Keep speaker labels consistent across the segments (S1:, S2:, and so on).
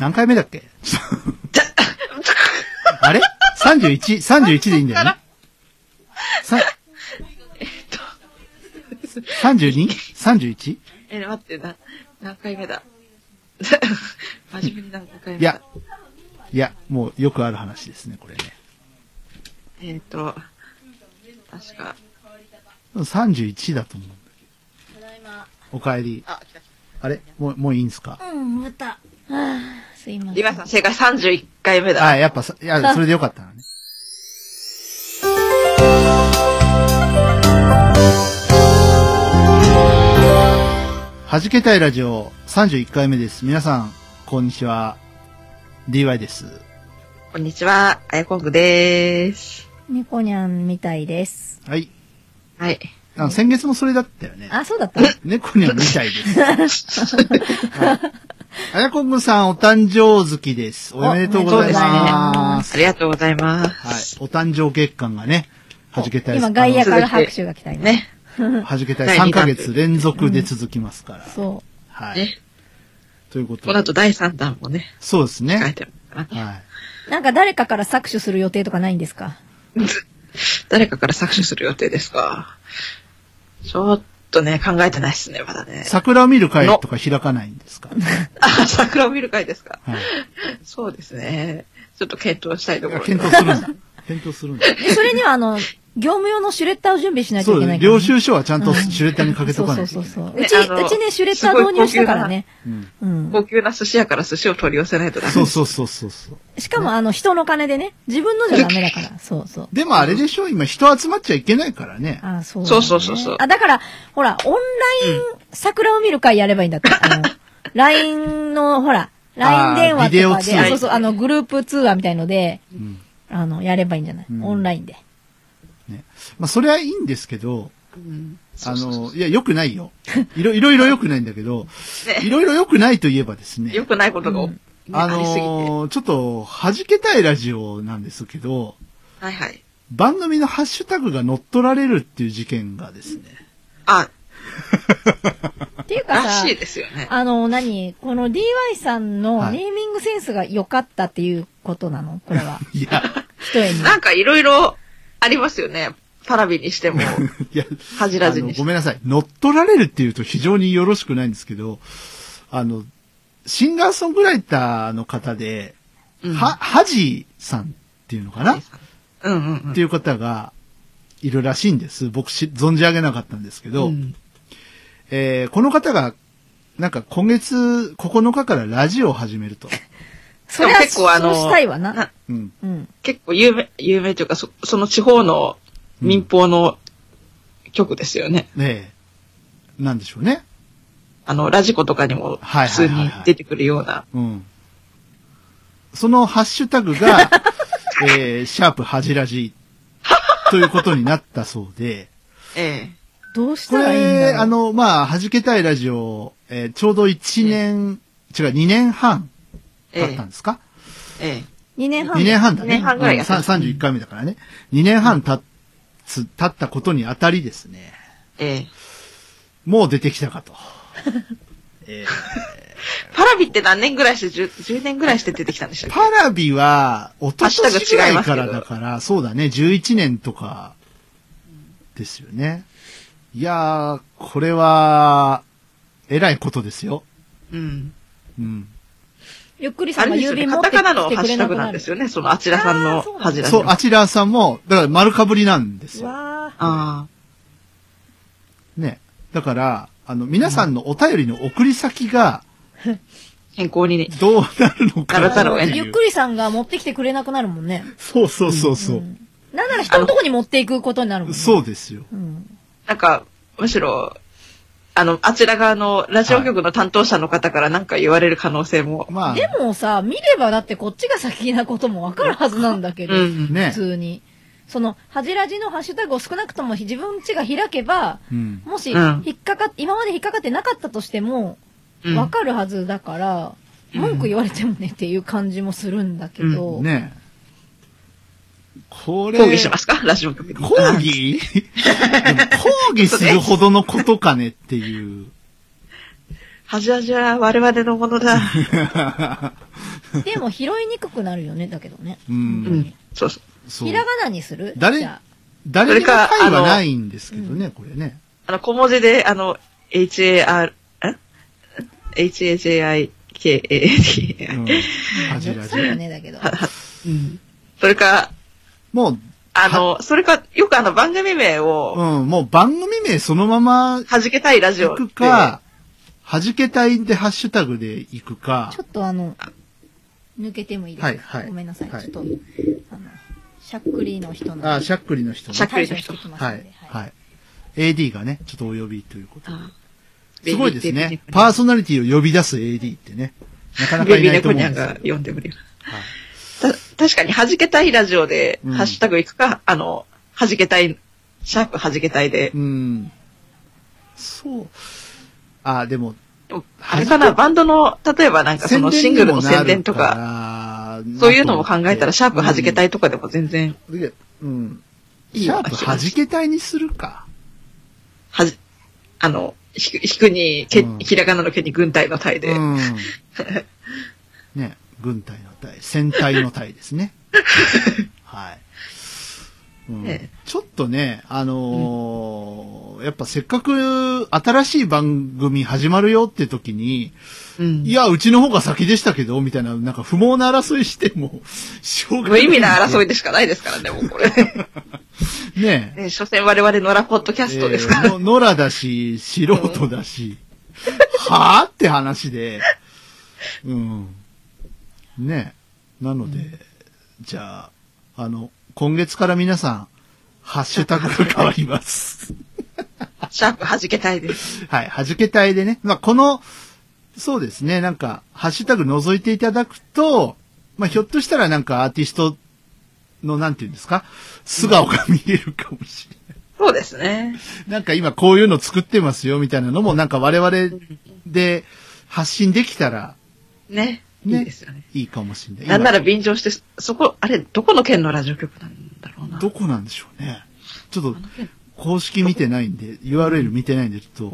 S1: 何回目だっけあれ ?31、31でいいんだよね。さ、32?31?
S2: え、待って、な、何回目だ 真面目に何回目だ
S1: いや。いや、もうよくある話ですね、これね。
S2: えっ、と、確か、
S1: 31だと思うんだけど。お帰り。
S2: あ、来た来
S1: あれもう、もういいんすか
S3: うん、また。すいま
S2: た。リバイさん、正解31回目だ。
S1: あ、やっぱさ、い や、それでよかったのね。はじけたいラジオ31回目です。皆さん、こんにちは。DY です。
S2: こんにちは、あやこんぐでーす。
S3: 猫にゃんみたいです。
S1: はい。
S2: はい。
S1: あの先月もそれだったよね。
S3: あ、そうだった。
S1: 猫にはみたいです。 はいあやこんぐさん、お誕生月です。おめでとうございま
S2: あ
S1: す。
S2: りがとうございます。
S1: はい。お誕生月間がね、はじけたい
S3: 今、外野
S1: あ
S3: から拍手が来た今。
S2: ね。
S1: のはじけたい3ヶ月連続で続きますから。
S3: そ
S1: はい。
S2: ね。
S1: ということ
S2: この後第3弾もね、
S1: そうです
S2: 書い
S1: ね。
S2: てあるからね。
S1: は
S3: う。なんか誰かから搾取する予定とかないんですか
S2: 誰かから搾取する予定ですかちょっとね、考えてないっすね、まだ
S1: い。
S2: ね。
S1: 桜を見る会とか開かないんですか
S2: あ、桜を見る会ですか
S1: はい。
S2: そうですね。ちょっと検討したいところ
S1: 検討するんだ。検討するんだ。
S3: でそれには、あの、業務用のシュレッダーを準備しないと
S1: そ
S3: いうけ
S1: だ
S3: な
S1: ね。
S3: いから、
S1: 領
S3: ね。
S1: 収書はちゃんとシュレッダーにかけと
S3: そう
S1: かな
S3: そ
S1: いうと
S3: そ
S1: いうけ
S3: そ
S1: な
S3: う。
S1: い。
S2: ねあの
S3: うち、うちね、シュレッダー導入したからね。
S1: うん
S3: うん。
S2: 高級な寿司屋から寿司を取り寄せないとダメ。
S1: そうそうそうそうそう。
S3: しかも、あの、人の金でね、自分のじゃダメだから。そうそう。
S1: でもあれでしょ今人集まっちゃいけないからね。
S3: あ、そう、ね。
S2: そうそうそうそう
S3: あ、だから、ほら、オンライン桜を見る会やればいいんだって。あ の、LINE の、ほら、
S1: あー
S3: LINE 電話
S1: ビデオ
S3: とか
S1: 通
S3: で、
S1: 話
S3: あそうそう、あの、グループ通話みたいので、
S1: うん。
S3: あの、やればいいんじゃない、
S1: うん
S3: オンラインで。
S1: まあそれはいいんですけど、
S2: うんそ
S1: あ
S2: うそうそう
S1: の、いや、良くないよ。いろいろいろ良くないんだけど、い
S2: ね
S1: ろいろ良くないといえばですね。
S2: 良くないことが、ね
S1: あ
S2: ありすぎて。
S1: のーちょっと、弾けたいラジオなんですけど、
S2: はいはい。
S1: 番組のハッシュタグが乗っ取られるっていう事件がですね。
S2: あ、
S3: っていうからさ
S2: しい、ですよね。
S3: あの、何この DY さん
S1: は
S3: の
S1: い
S3: ネーミングセンスが良かったっていうことなのこれ は。
S1: いや、
S3: 一重に。
S2: なんかいろいろありますよね。パラビにして も、
S1: いや、
S2: 恥じらず
S1: あの
S2: にして
S1: ご
S2: も。
S1: めんなさい。乗っ取られるっていうと非常によろしくないんですけど、あの、シンガーソングライターの方で、
S2: うん
S1: は、はじさんっていうのかな、っ
S2: うんうんうん。
S1: ていう方がいるらしいんです。僕し、存じ上げなかったんですけど、
S2: うん
S1: えーこの方が、なんか今月9日からラジオを始める と。
S3: それは
S2: でも結構あの
S3: そうしたいわな。
S2: な
S1: うん。
S3: うん。
S2: 結構有名、有名というか、そその地方の民放の曲ですよね。
S1: ねえ。なんでしょうね。
S2: あの、ラジコとかにも
S1: はいは
S2: 普
S1: い
S2: 通
S1: はいはい
S2: に出てくるような。
S1: うん。そのハッシュタグ が、えー、シャープ恥じらじ、ということになったそうで、
S2: え
S3: どうし
S1: こ
S3: たらいいんだ
S1: れ、
S3: ろう。
S1: あの、まあ、弾けたいラジオ、えーちょうど1年、違う、2年半
S2: え。え
S1: 経っ
S2: え
S1: たん。ですか、
S2: ええ。
S3: 2年半。
S1: ?2 年半だね。
S2: 二年半ぐらい
S1: うん
S2: やっ
S1: さ
S2: た
S1: 31回目だからね。2年半経つ、経ったことにあたりですね、
S2: ええ。
S1: もう出てきたか と。えー
S2: パラビって何年ぐらいして 10, 10年ぐらいして出てきたんでしたっけ
S1: パラビは、おととしぐらいからだから、そうだね、11年とか、ですよね。いやー、これは、えらいことですよ。
S2: うん。
S1: うん。
S3: ゆっくり
S2: あ
S3: さんが
S2: れです
S3: 郵
S2: よね、
S3: 便
S2: カ
S3: 持っ
S2: タ
S3: てき
S2: カナの
S3: て
S2: ハッ
S3: く
S2: シ
S3: れ
S2: ュタ
S3: なく
S2: グな
S3: なんる
S2: です。よね、そのあちらさんのハジラ
S1: そう、
S2: あ
S1: あちらさんも、だから丸かぶりなんですよ。
S3: わあ。
S2: あ
S1: ね。だから、あの、皆さんのお便りの送り先が、
S2: ー、変更にね。
S1: どうなるのか
S2: ならざるを
S1: っ
S2: 得
S1: て
S2: ない
S3: ゆっ
S1: う
S3: くりさんが持ってきてくれなくなるもんね。
S1: そうそうそうそう。
S3: なんなら人のとこに持っていくことになるもんね。
S1: そうですよ。
S3: うん。
S2: なんか、むしろ、あの、あちら側のラジオ局の担当者の方からなんか言われる可能性も。
S1: まあ、
S3: でもさ、見ればだってこっちが先なこともわかるはずなんだけど、
S2: うん。
S1: ね
S3: 普。通に。その、恥じラジのハッシュタグを少なくとも自分ちが開けば、
S1: うん。
S3: もし、
S2: うん
S3: 引っかかっ、今まで引っかかってなかったとしても、
S2: うん
S3: わかるはずだから、
S2: うん
S3: 文句言われてもねっていう感じもするんだけど、
S1: ね これ、
S2: 抗議しますかラジオ局に。
S1: 抗議でも抗議するほどのことかねっていう。
S2: はじはじは我々のものだ。
S3: でも拾いにくくなるよね、だけどね。
S1: う。
S2: うんん。そうそう。
S1: そう
S3: ひ。らがなにする
S1: 誰
S3: じゃあ
S1: 誰にも
S2: それか
S1: 会は
S2: あの
S1: ないんですけどね、これね。
S2: あの、小文字で、あの、har、え ?hajikad、
S1: うん。恥じらじ
S3: そう。よね、だけど。
S2: うんそれか、
S1: もう、
S2: あの、それか、よくあの番組名を、
S1: うん、もう番組名そのまま
S2: 弾けたいラジオ
S1: 行
S2: って
S1: くか、弾けたいんでハッシュタグで行くか
S3: ちょ、っとあの、抜けてもいいですか、
S1: はいはい
S3: ごめんなさい。
S1: はい
S3: ちょっと、あの、しゃっくりの人の。
S1: あ、しゃっくりの人
S2: しゃっ
S1: ね。
S2: くりの人
S3: 対処してきます
S1: は
S3: ん
S1: い
S3: で。はい
S1: はい。AD がね、ちょっとお呼びということで。
S2: あ
S1: すごいですね。
S2: ベビーテープに
S1: パーソナリティを呼び出す AD ってね。なかなか
S2: ベ
S1: い
S2: ビー
S1: な
S2: ネ
S1: いと
S2: コ
S1: 思
S2: ニ
S1: うん
S2: ャン
S1: です
S2: が
S1: けど。
S2: 呼んでくれる。
S1: はい
S2: た確かに、弾けたいラジオで、
S1: うん
S2: ハッシュタグいくか、あの、弾けたい、シャープ弾けたいで
S1: う。ん。そう。あ、でも、
S2: でもあれかな、バンドの、例えばなんかそのシングルの宣伝とか、
S1: か、
S2: そういうのも考えたら、シャープ弾けた
S1: い。
S2: いとかでも全然、
S1: でうん。
S2: いい
S1: シャ
S2: よ
S1: ープ弾けたいにするか。
S2: はじ、あの、ひく、ひくに、け
S1: うん、
S2: ひらがなのけに軍隊の隊で、
S1: うん。ね、軍隊の隊、戦隊の隊です ね。はい。うん
S2: ええ
S1: ちょっとね、あのーやっぱせっかく新しい番組始まるよって時に、
S2: うん
S1: いや、うちの方が先でしたけど、みたいな、なんか不毛な争いしても、しょうが
S2: 無
S1: ない。
S2: 意味な争い
S1: で。
S2: でしかないですからね、もう これ。
S1: ねえ。
S2: ね、所詮我々野良ポッドキャストですから。
S1: えーの野良だし、素人だし、はぁって話で、うん。ねえ。なので、じゃあ、あの、今月から皆さん、ハッシュタグが変わります。
S2: シャープ弾けたいです。
S1: はい、はじけたいでね。まあ、この、そうですね、なんか、ハッシュタグ覗いていただくと、まあ、ひょっとしたらなんかアーティストの、なんていうんですか、素顔が見えるかもしれない。
S2: そうですね。
S1: なんか今こういうの 作ってますよみたいなのもなんか我々で発信できたら
S2: ね。
S1: ね
S2: いいですよね。
S1: いいかもしれない。
S2: なんなら
S1: 今
S2: 便乗して、そこ、あれ、どこの県のラジオ局なんだろうな。
S1: どこなんでしょうね。ちょっと
S2: あの県
S1: 公式見てないんで、URL 見てないんでちょっ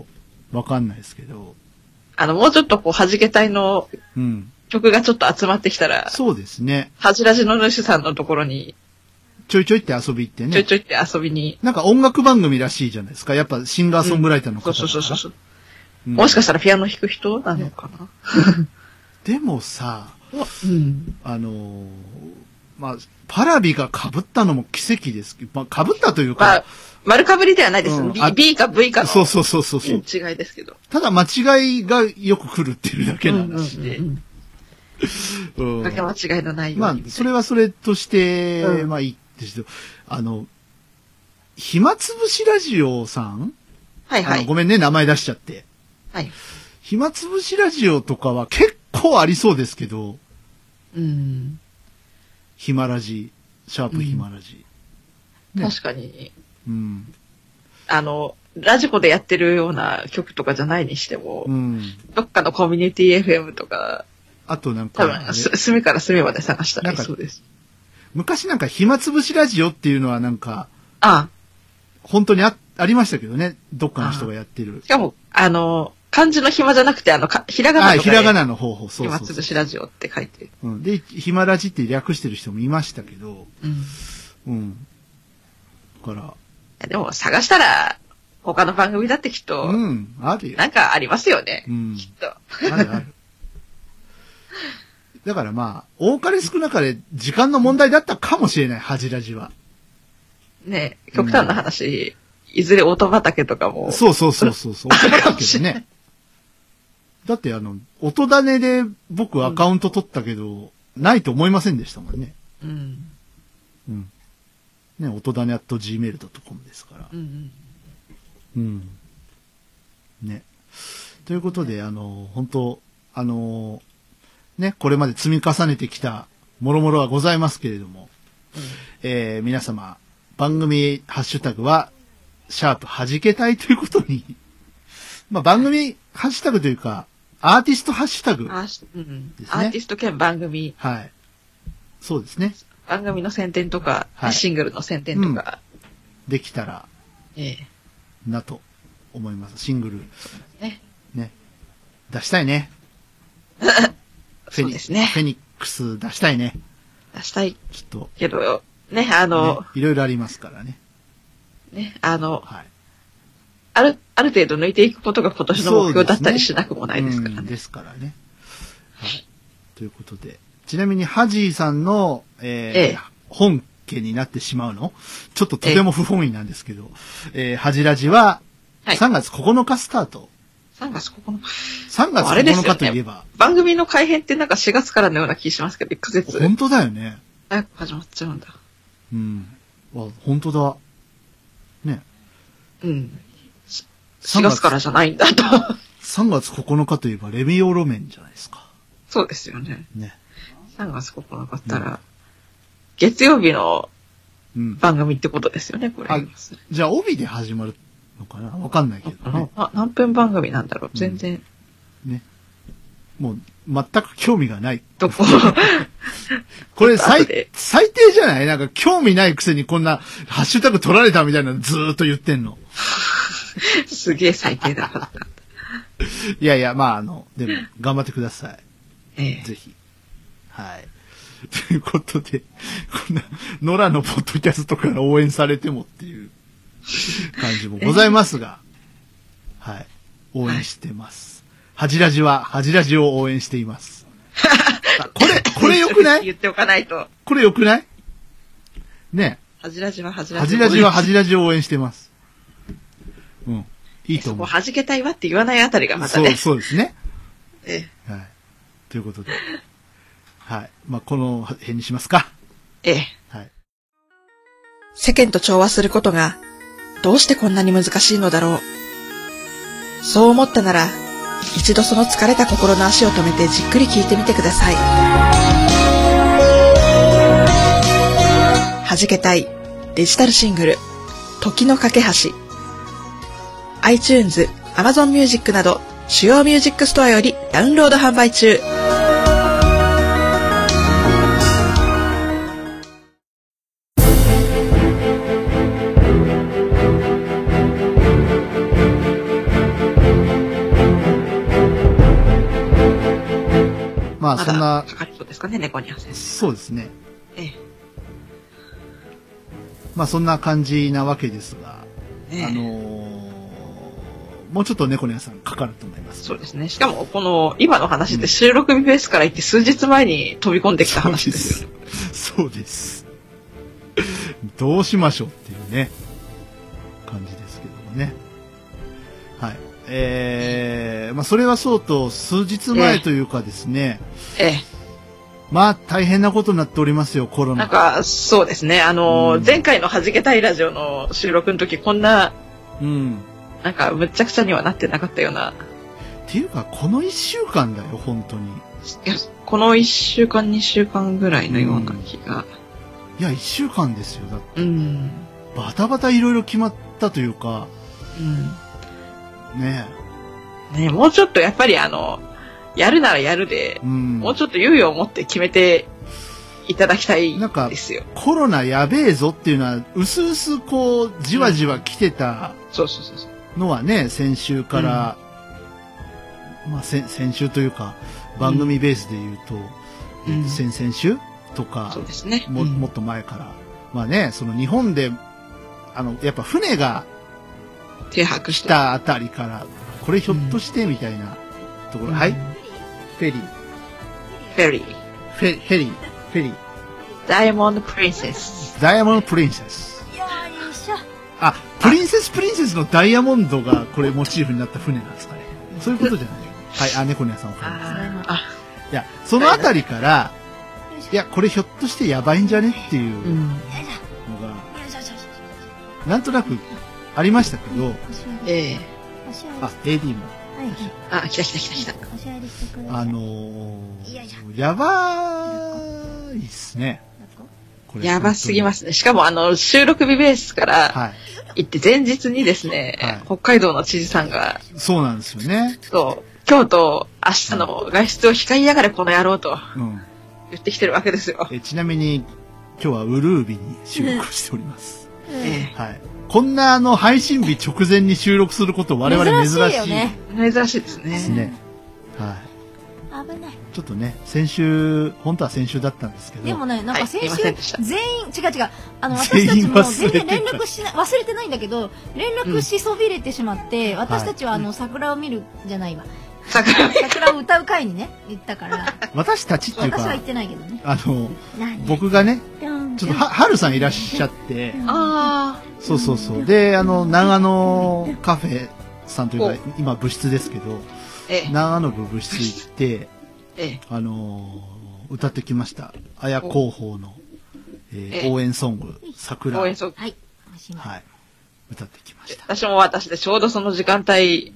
S1: とわかんないですけど。
S2: あの、もうちょっとこう、弾けたいの
S1: うん。
S2: 曲がちょっと集まってきたら、
S1: そうですね。
S2: はじらじの主さんのところに、
S1: ちょいちょいって遊び行って
S2: ちょい
S1: ね
S2: ち。ょいって遊びに。
S1: なんか音楽番組らしいじゃないですか。やっぱシンガーソングライターの方
S2: そう
S1: だ
S2: そうそうそう。
S1: う
S2: もしか
S1: し
S2: したらピアノ弾く人なのかな、
S1: でもさ、
S2: うん。
S1: あのーまあ、パラビが被ったのも奇跡ですけど、まあ、被ったというか、
S2: まあ、丸かぶりではないです。
S1: うん
S2: B,
S1: あ
S2: B か V かの
S1: そうそうそうそうそう。
S2: 違いですけど。
S1: ただ間違いがよく来るっていうだけの話で。
S2: うん
S1: う
S2: うんんうん。間違いのないように。
S1: まあ、それはそれとして、
S2: うん
S1: まあいいですけど、あの、暇つぶしラジオさん、
S2: はいは
S1: あの
S2: い
S1: ご。めんね、名前出しちゃって。
S2: はい。
S1: 暇つぶしラジオとかは結構ありそうですけど、
S2: うん。
S1: 暇ラジ、シャープ暇ラジ。ね
S2: 確かに。
S1: うん。
S2: あの、ラジコでやってるような曲とかじゃないにしても、
S1: うん。
S2: どっかのコミュニティ FM とか、
S1: あとなんか
S2: 多
S1: あれ
S2: 分、す隅から隅まで探したらいい
S1: なんか
S2: そうです。
S1: 昔なんか暇つぶしラジオっていうのはなんか、
S2: あ
S1: 本当にあありましたけどね、どっかの人がやってる
S2: あ、し。かも、あの、漢字の暇じゃなくて、あの、かひらがな
S1: あ、
S2: とか
S1: ひ
S2: で
S1: らがなの方法、そうそ
S2: 暇
S1: うそ
S2: つ
S1: う
S2: ぶ。しラジオって書いて。
S1: うん、で、暇ラジって略してる人もいましたけど、
S2: うん。
S1: うん。だから、
S2: でも、探したら、他の番組だってきっと、
S1: うん、あるよ
S2: な。んかありますよね
S1: う。ん、
S2: きっと。
S1: あるある。だからまあ、多かれ少なかれ時間の問題だったかもしれない、恥ラジは。
S2: ね、極端な話、いずれ音畑とかも、
S1: そうそうそうそうそう。
S2: ある
S1: だ
S2: か
S1: っ
S2: も
S1: け
S2: し
S1: ど
S2: れない
S1: ね。だってあの、音種で僕アカウント取ったけど、ないと思いませんでしたもんね。
S2: うん。
S1: うん。ね、音種 at gmail.com ですから
S2: う。ん
S1: うん。ね。ということで、あの、本当あの、ね、これまで積み重ねてきた、もろもろはございますけれども、えー皆様、番組ハッシュタグは、シャープはじけたいということに、 まあ、番組ハッシュタグというか、アーティストハッシュタグ。
S2: あしうん
S1: ですね
S2: アーティスト兼番組、
S1: はい。そうですね。
S2: 番組の宣伝とか、
S1: はい
S2: シングルの宣伝とか、
S1: できたら
S2: え
S1: なと思います。シングル。
S2: えね。
S1: ね。出したいね。フェ
S2: そう
S1: ニ
S2: ですね。
S1: フェニックス出したいね。
S2: 出したい
S1: きっと。
S2: けど、ね、あ
S1: ね
S2: の、、
S1: いろいろありますからね。
S2: ね、あの、
S1: はい。
S2: ある、ある程度抜いていくことが今年の目標だったりしなくもないですか
S1: う
S2: ら
S1: ん
S2: ね。
S1: ですからね。はい。ということで。ちなみに、ハジーさんの、
S2: え
S1: えー
S2: え
S1: 本家になってしまうのちょっととても不本意なんですけど、えー、ハジラジは、
S2: はい
S1: 3月9日スタート。
S2: 3月9日。
S1: 3月
S2: あれです
S1: 9
S2: よ
S1: 日
S2: ね
S1: といえば、
S2: 番組の改編ってなんか4月からのような気しますけど、1ヶ月
S1: 本当だよね。
S2: 早く始まっちゃうんだ。
S1: うん。わ、本当だ。ね。
S2: うん。
S1: 3
S2: 4月からじゃないんだと。
S1: 3月9日といえば、レミオロメンじゃないですか。
S2: そうですよね。
S1: ね。
S2: 3月9日だったら、月曜日の
S1: うん。
S2: 番組ってことですよね、これ。
S1: あ
S2: うん
S1: じゃあ、帯で始まるのかなわかんないけどね。
S2: あ何分番組なんだろう
S1: うん
S2: 全然、
S1: ね。もう、全く興味がない。
S2: どこ、
S1: これ、
S2: 後
S1: 最
S2: で、
S1: 最低じゃないなんか、興味ないくせにこんな、ハッシュタグ取られたみたいなのずーっと言ってんの。
S2: すげえ最低だから。
S1: いやいや、まあ、あの、でも、頑張ってください。
S2: ええ
S1: ぜひ。はい。ということで、こんな、野良のポッドキャストから応援されてもっていう感じもございますが、はい。応援してます。はじらじは、はじらじを応援してい ます。あこれ、これ良くない
S2: 言っておかないと。
S1: これ良くないね
S2: はじらじははじ
S1: え。
S2: ら
S1: は
S2: じ。
S1: じらじはは
S2: は
S1: じらじを応援してます。うん。いいと
S2: そ
S1: 思う。
S2: こはじけたいわって言わないあたりがまた
S1: そう、
S2: ね。
S1: そうですね。
S2: ええ
S1: はい。ということで。はい。まあ、この辺にしますか。
S2: ええ。
S1: はい。
S2: 世間と調和することがどうしてこんなに難しいのだろう。そう思ったなら、一度その疲れた心の足を止めてじっくり聞いてみてください。はじけたいデジタルシングル、時の架け橋。iTunes、Amazon Music など主要ミュージックストアよりダウンロード販売中。
S1: まあ、
S2: ま
S1: そ
S2: だ
S1: んな
S2: か、かりそうですかね、猫にゃん先生。
S1: そうですね。
S2: え
S1: まあ、そんな感じなわけですが、
S2: え。え
S1: あ
S2: え
S1: のーもうちょっと猫の屋さんかかると思います。
S2: そうですね。しかも、この、今の話って収録日ベースから行って数日前に飛び込んできた話ですよね。
S1: そうです。どうしましょうっていうね、感じですけどもね。はい。えー、まあ、それはそうと、数日前というかですね、
S2: え
S1: まあ、大変なことになっておりますよ、コロ
S2: え。な
S1: ナ。
S2: んか、そうですね。あの、
S1: うん
S2: 前回の弾けたいラジオの収録の時、こんな、
S1: うん。
S2: なんか、むっちゃくちゃにはなってなかったような。
S1: っていうか、この一週間だよ、本当に。
S2: いや、この1週間、2週間ぐらいのような気が。
S1: いや、一週間ですよ。だって、
S2: うん。
S1: バタバタいろいろ決まったというか、
S2: うん。
S1: ね
S2: ねもうちょっとやっぱりあの、やるならやるで
S1: え、、うん。
S2: もうちょっと猶予を持って決めていただきたい
S1: なんか
S2: ですよ。
S1: コロナやべえぞっていうのは、うすうすこう、じわじわ来てた
S2: そうそうそうそう。
S1: のはね、先週から、まあ、先先週というか、番組ベースで言うと、
S2: うん
S1: えっと先々週とか
S2: そう、ですね。
S1: も
S2: うん
S1: もっと前から、まあね、その日本で、あの、やっぱ船が
S2: 停泊し
S1: 来
S2: て。
S1: たあたりから、これひょっとしてみたいなところ、はい、フェリー、
S2: フェリー。
S1: フェフェリー、フェリー、
S2: ダイヤモンドプリンセス。
S1: ダイヤモンドプリンセス。
S4: いやー、一緒。
S1: あ、プリンセスプリンセスのダイヤモンドがこれモチーフになった船なんですかね。そういうことじゃない。はい、あ、猫の屋さんおかりま
S2: あーあ、。
S1: す。いや、そのあたりから、いや、これひょっとしてやばいんじゃねっていううんのが、
S4: よいしょよいしょよいしょ
S1: なんとなくありましたけど、
S2: ええ
S1: あ、AD も。
S2: あ、来た来た来た来た。
S1: あの
S3: よいし
S1: ー、やばいっすね。これ。
S2: やばすぎますすね。しかもあの、収録日ベースから
S1: はい。
S2: 行って前日にですね、
S1: はい
S2: 北海道の知事さんが、
S1: そうなんですよね。
S2: そう、今日と明日の外出を控えやがれこの野郎と
S1: うん。
S2: 言ってきてるわけですよ。
S1: えちなみに、今日はウルービに収録しております。
S2: え
S1: はい。こんなあの、配信日直前に収録すること我々珍しい
S3: 珍しいよね
S2: え珍しいです
S1: で
S2: ね
S1: す。ね。は
S3: 危ない。
S1: い。ちょっとね、先週、本当は先週だったんですけど。
S3: でもね、なんか先
S2: はいすいま
S3: 週
S2: せんでした、
S3: 全員、違う違う、あの、
S1: 全
S3: 私
S1: 員
S3: たちも
S1: 忘れ
S3: 全
S1: てた
S3: 然連絡しな、忘れてないんだけど、連絡しそびれてしまって、私たちはあの、桜を見るじゃないわ。
S2: 桜見
S3: 桜を歌う会にね、行った から、
S1: 私たちっていう
S3: 私は
S1: か
S3: 行っ、てないけどね。
S1: あの、
S3: 何
S1: 僕がね、
S3: ち
S1: ち
S3: ょ
S1: ょっとは、はるさんいらっしゃって、
S2: あ
S1: そうそうそう。で、あの、長野カフェさんというか、今部室ですけど、
S2: あ、ええ、
S1: 長野部部室行って、
S2: ええ、
S1: あのー歌ってきました。綾広報の、えー
S2: え
S1: 応援ソング、桜。
S2: 応
S1: は
S2: 援
S1: い。
S2: ソング。
S3: はい。おしまい
S1: 歌ってきました。
S2: 私も私でちょうどその時間帯、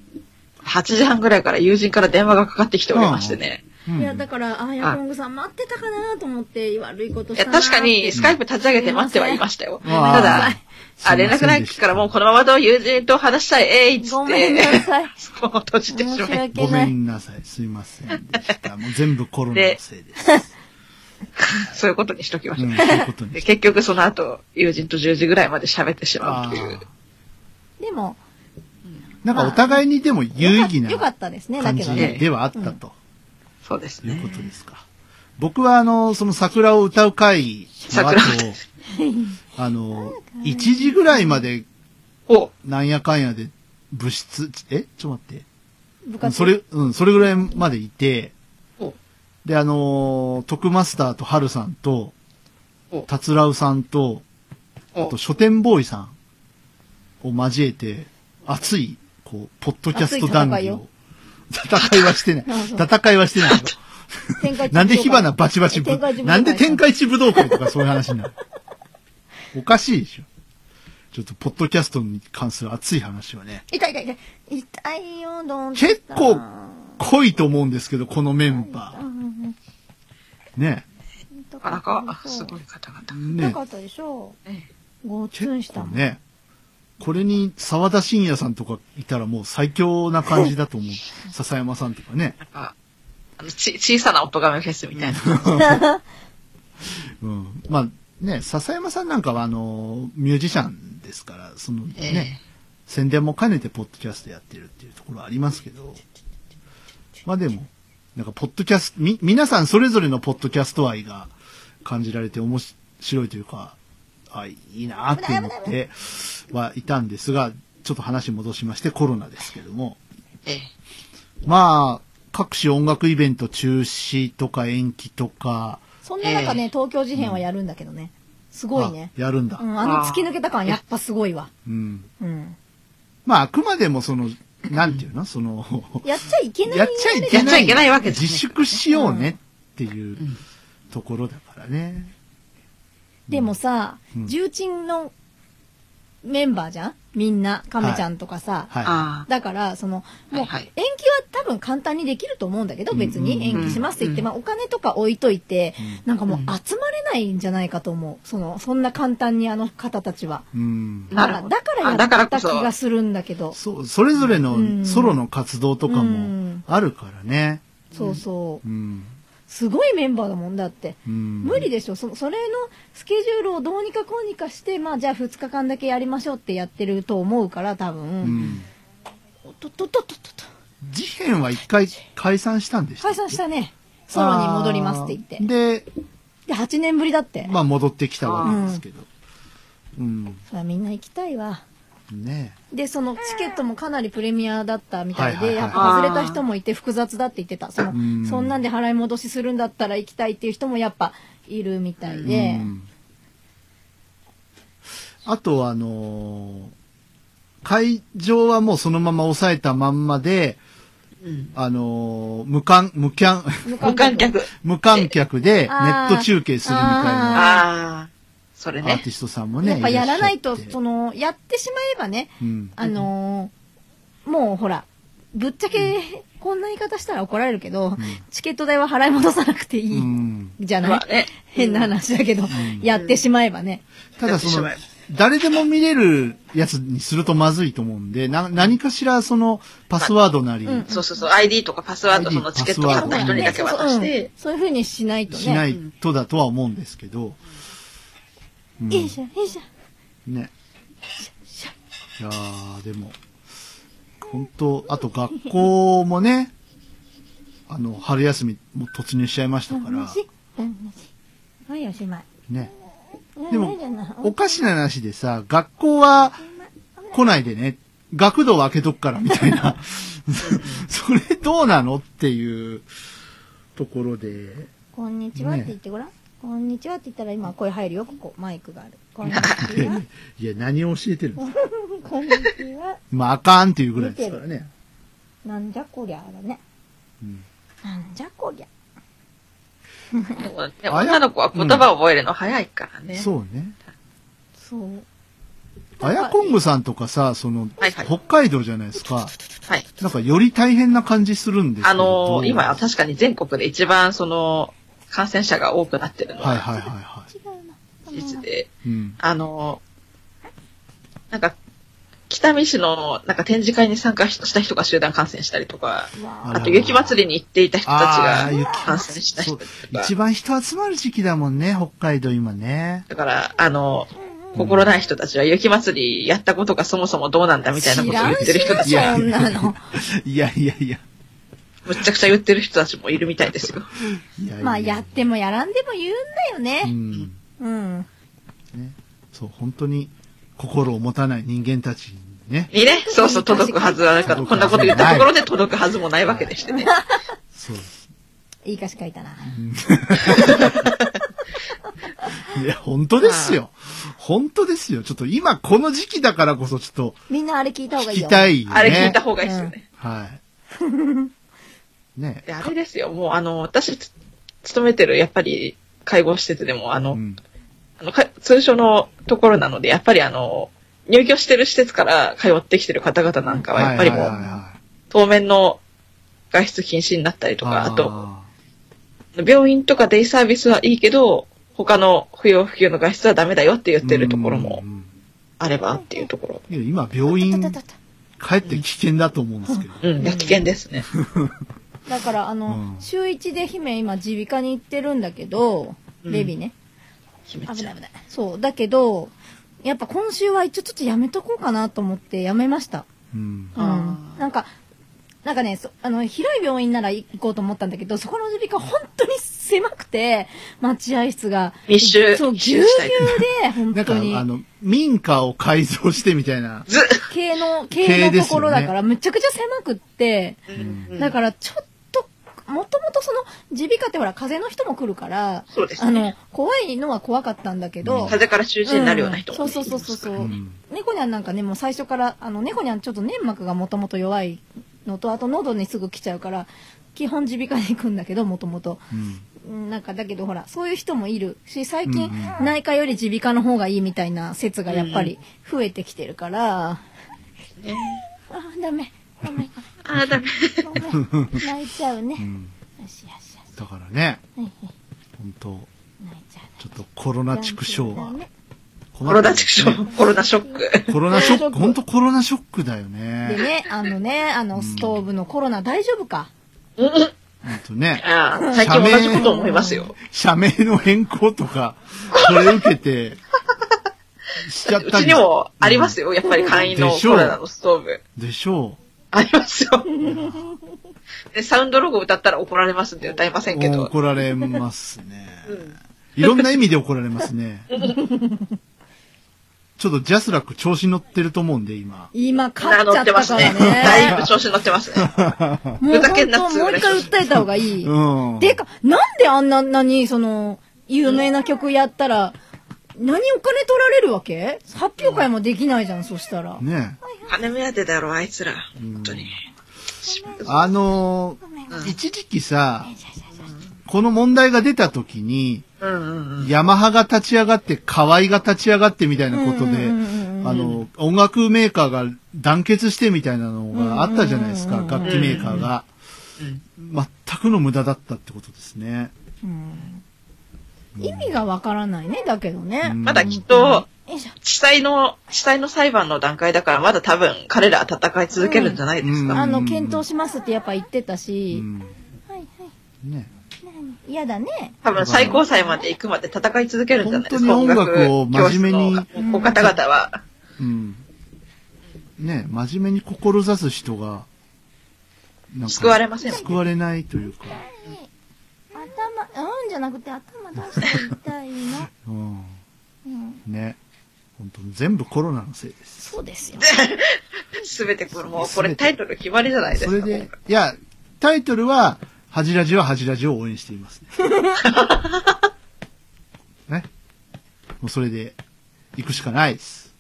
S2: 8時半ぐらいから友人から電話がかかってきておりましてね。
S1: うん
S3: いや、だから、あ、ヤコングさん待ってたかなと思って、悪いこと
S2: い
S3: した
S2: や、
S3: なーって。
S2: 確かに、スカイプ立ち上げて待ってはいましたよ。
S1: わあ
S2: ただ、
S1: すいませ
S2: あ、
S1: んで
S2: 連
S1: した
S2: 絡ないからもうこのままと友人と話したい、えいっつ
S3: ご
S2: っ
S3: めんな
S2: て、
S3: さい。
S2: スマホ閉じて
S3: 申
S2: し
S3: し
S2: まい、
S3: 訳
S1: ご
S3: な
S1: め
S3: い。
S1: んなさい。すいませんでした。もう全部コロナのせいです。
S2: そういうことにしとき
S1: う
S2: まし
S1: ん、
S2: た。
S1: そういうことに
S2: で
S1: して。
S2: 結局その後、友人と10時ぐらいまで喋ってしま
S1: あ
S2: うという。
S3: でも、
S1: ーなんかお互いにでも有意義な
S3: よかったですね、だ
S1: 感
S3: け
S1: じ
S3: ど
S2: ね
S3: ね。
S1: ではあったと
S2: そうです
S1: いうこ
S2: ね。
S1: とですか。僕はあの、その桜を歌う会の後
S2: 桜、
S1: あの、1時ぐらいまで
S2: お、
S1: なんやかんやで部室、えちょっと待って。
S3: 部
S1: うん
S3: 活
S1: それ、うん、それぐらいまでいて、
S2: お、
S1: で、あのー、徳マスターとハルさんと、
S2: お、
S1: タツラウさんと、あ
S2: お
S1: と、、書店ボーイさんを交えて、熱い、こう、ポッドキャスト談義を。戦いはしてない。
S3: あそう
S1: 戦いはしてないよ。
S3: 展開中
S1: なんで火花バチバチぶ
S3: 展開中武道
S1: なん
S3: 会
S1: で天下一武道会とかそういう話になる おかしいでしょ。ちょっと、ポッドキャストに関する熱い話はね、
S3: 痛い痛い痛い。痛いよ、どんどん
S1: 結構濃いと思うんですけど、このメン
S3: うんう
S1: バ
S3: ん
S1: ー。ね。
S3: うん
S2: なかなか、すごい方々。
S3: な
S1: ね
S3: か。ったでしょ
S2: ええ
S3: う。ごっつんしたもん。
S1: ね。これに沢田信也さんとかいたらもう最強な感じだと思う。笹山さんとかね。
S2: なんか、あの、ち、小さな音がめフェスみたいな。
S1: うん。まあね、笹山さんなんかはあの、ミュージシャンですから、その
S2: ええ
S1: ね、宣伝も兼ねてポッドキャストやってるっていうところはありますけど、まあでも、なんかポッドキャスト、み、皆さんそれぞれのポッドキャスト愛が感じられて面白いというか、あ、いいなって思ってはいたんですが、ちょっと話戻しましてコロナですけども、
S2: ええ、
S1: まあ、各種音楽イベント中止とか延期とか、
S3: そんな中ね、東京事変はやるんだけどね。すごいね。
S1: あやるんだ
S3: う。ん、あの突き抜けた感やっぱすごいわ。
S1: うん。
S3: うん。
S1: まあ、あくまでもその、なんていうのその、
S3: やっちゃいけない。
S1: やっちゃいけ
S2: やっち
S1: な
S2: ゃ
S1: い。
S2: いけないわけじゃ
S1: 自
S2: ない
S1: 粛しようねっていうところだからね。
S3: でもさ
S1: う、ん
S3: 重鎮のメンバーじゃんみんな、亀ちゃんとかさ。
S1: は
S2: ああ。
S3: だから、その、もう、延期
S2: はいは
S3: はい多分簡単にできると思うんだけど、別
S1: うん
S3: に延期しますって言って、まあお金とか置いといて、なんかもう
S2: うん
S3: 集まれないんじゃないかと思う。その、そんな簡単にあの方たちは。
S1: い。うん。
S2: なるほど
S3: だから
S2: あ
S3: だ
S2: だ
S3: か
S2: から
S3: や
S2: ら
S3: っ
S2: こ
S3: た気
S2: そ
S3: がするんだけど。
S1: そう、それぞれ
S3: う
S1: の
S3: ん
S1: ソロの活動とか
S3: う
S1: も
S3: ん
S1: あるからね。
S3: そうそうう。
S1: ん。
S3: すごいメンバーだもんだって。
S1: うん。
S3: 無理でしょそそれのスケジュールをどうにかこうにかしてまあじゃあ2日間だけやりましょうってやってると思うから多分、
S1: うん。
S3: おっとっとっとっとっと
S1: 事変は一回解散したんでした
S3: 解散したねソロに戻りますって言って
S1: て。で、
S3: で8年ぶりだって、
S1: まあ戻ってきたわけですけど。うん。
S3: そりゃみんな行きたいわ
S1: ね
S3: でそのチケットもかなりプレミアだったみたいで、
S1: はいはいはい
S3: やっぱ外れた人もいて複雑だって言ってたその
S1: ん
S3: そんなんで払い戻しするんだったら行きたいっていう人もやっぱいるみたい
S1: え。
S3: で、
S1: うん。あとはあのー会場はもうそのまま抑えたまんまで、
S2: うん。
S1: あのー無観、 無キャン、
S3: 無観
S2: 無観客。
S1: 無観客でネ
S3: あ
S1: ッ
S3: ー
S1: ト中継するみたいな。
S2: ああ。それ
S1: アー
S2: ね
S1: ティ。ストさんもね。
S3: やっぱやらない
S1: ら
S3: と、
S1: っしゃって
S3: その、やってしまえばね、
S1: うん。
S3: あのーもうほら、ぶっちゃけ、こんな言い方したら怒られるけど、チケット代は払い戻さなくていい、
S1: うん
S3: じゃない、
S2: まあね。
S3: 変な話だけど、 やってしまえばね。
S1: ただその
S2: やってし、
S1: 誰でも見れるやつにするとまずいと思うんで、な、何かしらその、パスワードなり、
S3: うん
S2: そうそうそう。ID とかパスワード、
S1: ID
S2: そのチケット買った人にだけ
S3: そう
S2: 渡
S3: そ
S2: し
S3: ううん
S2: て、
S3: そういうふうにしないとね。
S1: しないとだとは思うんですけど、うん
S3: いいじゃん、いいじゃん。
S1: ね。いやー、でも、本当あと学校もね、あの、春休みも突入しちゃいましたから、
S3: うん、はい、おしまい。
S1: ね。
S3: うん
S1: でも
S3: いいじゃない
S1: おかしな話でさ、学校は来ないでね、学童を開けとくからみたいな、 それどうなのっていうところで、
S3: こんにちはって言ってごらん。こんにちはって言ったら今声入るよ、ここ。マイク がある。こんにちは。
S1: いや、何を教えてるんですか
S3: こんにちは。
S1: まあ、あかんっていうぐらいですからね。
S3: なんじゃこりゃだね。
S1: うん
S3: なんじゃこりゃ。
S2: でもね女の子は言葉を覚えるの早いからね。
S1: そうね。
S3: そう。
S1: あやこんぐさんとかさ、その、
S2: はいはい
S1: 北海道じゃないですか。
S2: はい。
S1: なんかより大変な感じするんですけ
S2: あ
S1: ど
S2: のー今は確かに全国で一番その、感染者が多くなってるの
S1: はい
S2: は
S1: はいはいはい。
S3: 違うな。
S2: 事実で、
S1: うん。
S2: あのーなんか、北見市のなんか展示会に参加した人が集団感染したりとか、
S3: わ
S1: あ
S3: あ
S2: あと雪祭りに行っていた人たち
S1: あー雪
S2: が感染した
S1: そ
S2: 人
S1: う
S2: とか。。
S1: 一番人集まる時期だもんね、北海道今ね。
S2: だから、あの、心ない人たちは雪祭りやったことがそもそもどうなんだみたいなことを言ってる人たち
S1: 知ら
S2: も、
S3: そんなの。
S1: いやいやいや。
S2: むっちゃくちゃ言ってる人たちもいるみたいですよ。
S1: いやいや
S3: まあ、やってもやらんでも言うんだよ
S1: う
S3: ね。
S1: ん。
S3: うん。
S1: そう、本当に心を持たない人間たちにね。
S2: にね、そうそう、届くはずはなかった。こんなこと言ったところで届くはずもないわけでしてね。
S1: そうです。
S3: いい歌詞書いたな。
S1: いや、本当ですよ。本当ですよ。ちょっと今この時期だからこそちょっと
S3: みんなあれ聞いた方が
S1: 聞
S3: いいよ。
S1: きたいね。
S2: あれ聞いた方がいいですよね。
S1: はい。ね
S2: であれですよ、もうあの、私、つ勤めてる、やっぱり、介護施設でも、あの、
S1: うん。
S2: あのか通所のところなので、やっぱりあの、入居してる施設から通ってきてる方々なんかは、やっぱりも
S1: はい
S2: う
S1: はいはいはい
S2: 当面の外出禁止になったりとか、あと、
S1: あ
S2: 病院とかデイサービスはいいけど、他の不要不急の外出はダメだよって言
S1: ー
S2: ってるところも
S1: うん
S2: あればっていうところ。
S1: いや今、病院
S3: たたたた
S1: 帰って危険だと思うんですけど。
S2: うん、いや危険ですね。
S3: だからあの、
S1: うん
S3: 週一で姫今耳鼻科に行ってるんだけど、
S2: うん
S3: レビね、
S2: 姫
S3: 危
S2: ち
S3: な
S2: ゃ
S3: い
S2: ん
S3: 危ないそうだけどやっぱ今週は一応ちょっとやめとこうかなと思ってやめました、
S1: うん。
S3: うん
S2: あ、ー
S3: なんかなんかねそあの広い病院なら行こうと思ったんだけどそこの耳鼻科本当に狭くて待合室が
S2: 密集
S3: そう
S2: 密
S3: ぎゅうぎゅ
S2: 集したいう
S3: で
S1: な
S3: 本
S1: んか、
S3: 当
S1: あ
S3: に
S1: の、民家を改造してみたいな。
S2: ずっ、
S3: 系の
S1: 系
S3: 系
S1: で
S3: の
S1: す
S3: と
S1: よね
S3: ころだから、めちゃくちゃ狭くって
S2: うん
S3: だからちょっと、もともとその、耳鼻科ってほら、風邪の人も来るから、
S2: そうです
S3: あ
S2: ね
S3: の、怖いのは怖かったんだけ
S1: うん
S3: ど、
S2: 風邪から中止になるような人も
S3: そ
S2: ね
S3: うそうそうそうそう、
S1: うん
S3: 猫にゃんなんかね、もう最初から、あの、猫にゃんちょっと粘膜がもともと弱いのと、あと喉にすぐ来ちゃうから、基本耳鼻科に行くんだけど、もともと。
S1: うん。
S3: うんなんかだけどほら、そういう人もいるし、最近
S1: うん
S3: 内科より耳鼻科の方がいいみたいな説がやっぱり増えてきてるから、
S2: ね
S3: あー、ダメ、ダメ、
S2: ああ、ダメ。
S3: ダメ、ごめん泣いちゃうね。
S1: う
S3: よ
S1: ん。
S3: しよしよし。
S1: だからね、
S3: はいはい
S1: 本当
S3: 泣いちゃう
S1: ちょっとコロナ畜生は。
S2: コロナ畜生、コロナショック。
S1: コロナショック、
S3: コロナショック
S1: 本当コロナショックだよ
S3: で
S1: ね。
S3: ね、あのね、あの、ストーブのコロナ大丈夫か
S2: うんうん
S1: 本当ね。
S2: ああ、最近同じこと思いますよ。
S1: 社名の変更とか、これ受けて、 しちゃった
S2: うちにもありますよ、やっぱり会員の
S1: でし
S2: コ
S1: ょう
S2: ロナのストーブ。
S1: でしょ
S2: あります よ。で、サウンドロゴ歌ったら怒られますんで歌いませんけ
S1: う。
S2: ど。
S1: 怒られますね。いろんな意味で怒られますね。ちょっとジャスラック調子乗ってると思うんで、今。
S3: 今、
S2: 名
S3: 勝っち
S2: 乗
S3: ゃ
S2: っ
S3: って
S2: ま
S3: た
S2: す
S3: か
S2: ね。
S3: ら
S2: だいぶ
S3: ね。
S2: 調子乗ってます ね。
S3: もう
S2: ふざ
S3: 本
S2: けんなっ
S3: 当、
S2: つう
S3: もう一回訴えた方がいい。
S1: うん。
S3: てか、なんであんな、何、その、有名な曲やったら、何お金取られるわけ発表会もできないじゃん、そしたら。
S1: ね
S2: 金目当てだろ、あいつら。本当に。
S1: あのー一時期さ、この問題が出た時に、
S2: うんうんうん。
S1: ヤマハが立ち上がって、河合が立ち上がってみたいなことで、
S3: うんうんうんうん
S1: あの、音楽メーカーが団結してみたいなのがあったじゃないですか、
S3: うんうんうんうん
S1: 楽器メーカーが。
S2: うん
S1: 全くの無駄だったってことですね。
S3: うん意味がわからないね、だけどね。
S1: うん
S2: まだきっと、
S3: よいしょ
S2: 地裁の、地裁の裁判の段階だから、まだ多分彼らは戦い続けるんじゃないです
S1: うん
S2: か。
S3: あの、検討しますってやっぱ言ってたし
S1: う、ん
S3: はいはい、
S1: ね、
S3: 何嫌だね。
S2: 多分最高裁まで行くまで戦い続けるんじゃないですか。
S1: 本当に音楽を真面目に
S2: 教室のお方々は。
S1: うん。ね、真面目に志す人が、なんか
S2: 救われませんもんね
S1: 救われないというか、
S3: 頭、うんじゃなくて頭出して痛いの。
S1: うん。
S3: うん、
S1: ね。本当全部コロナのせいです。
S3: そうですよ。
S2: すべてこれ、もうこれタイトル決まりじゃないです
S1: そ
S2: か。
S1: れで、いや、タイトルは、はじラジははじラジを応援しています ね。ね。もうそれで、行くしかないです。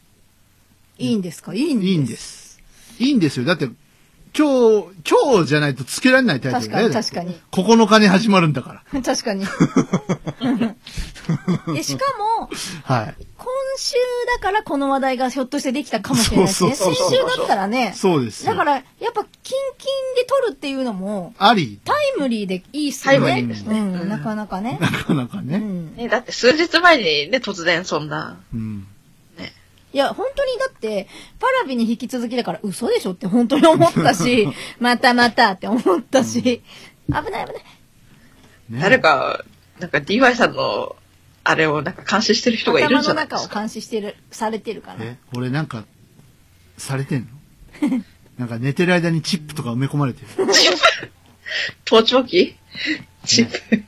S3: いいんですかいいんです
S1: いいんです。いいんですよ。だって、今日、今日じゃないとつけられないタイトル
S3: 確かに、
S1: だよ
S3: 確かに。
S1: 9日に始まるんだから。
S3: 確かに。で、しかも、
S1: はい。
S3: 今週だからこの話題がひょっとしてできたかもしれないですね。
S1: そう
S2: そうそう
S3: 先週だったらね。
S1: そうですよ。
S3: だから、やっぱ、キンキンで撮るっていうのも、
S1: あり、
S3: タイムリーでいいっす
S2: タイ
S3: よ
S2: ム
S3: ね。
S2: リーです
S3: う
S2: ね。
S3: ん、なかなかね。
S1: なかなか
S3: う
S1: ね。
S3: ん。
S2: ね、だって数日前にね、突然そんな。
S1: うん。
S3: いや、本当にだって、パラビに引き続きだから嘘でしょって本当に思っ たし、またまたって思ったし、危ない危ない。
S1: ね
S2: 誰か、なんか DY さんの、あれをなんか監視してる人がいる
S3: 頭
S2: んじゃ
S3: の
S2: ないで
S3: 中を
S2: すか。
S3: 監視してる、されてるから。
S1: え、俺なんか、されてんの なんか寝てる間にチップとか埋め込まれてる。
S2: 盗聴器チップ。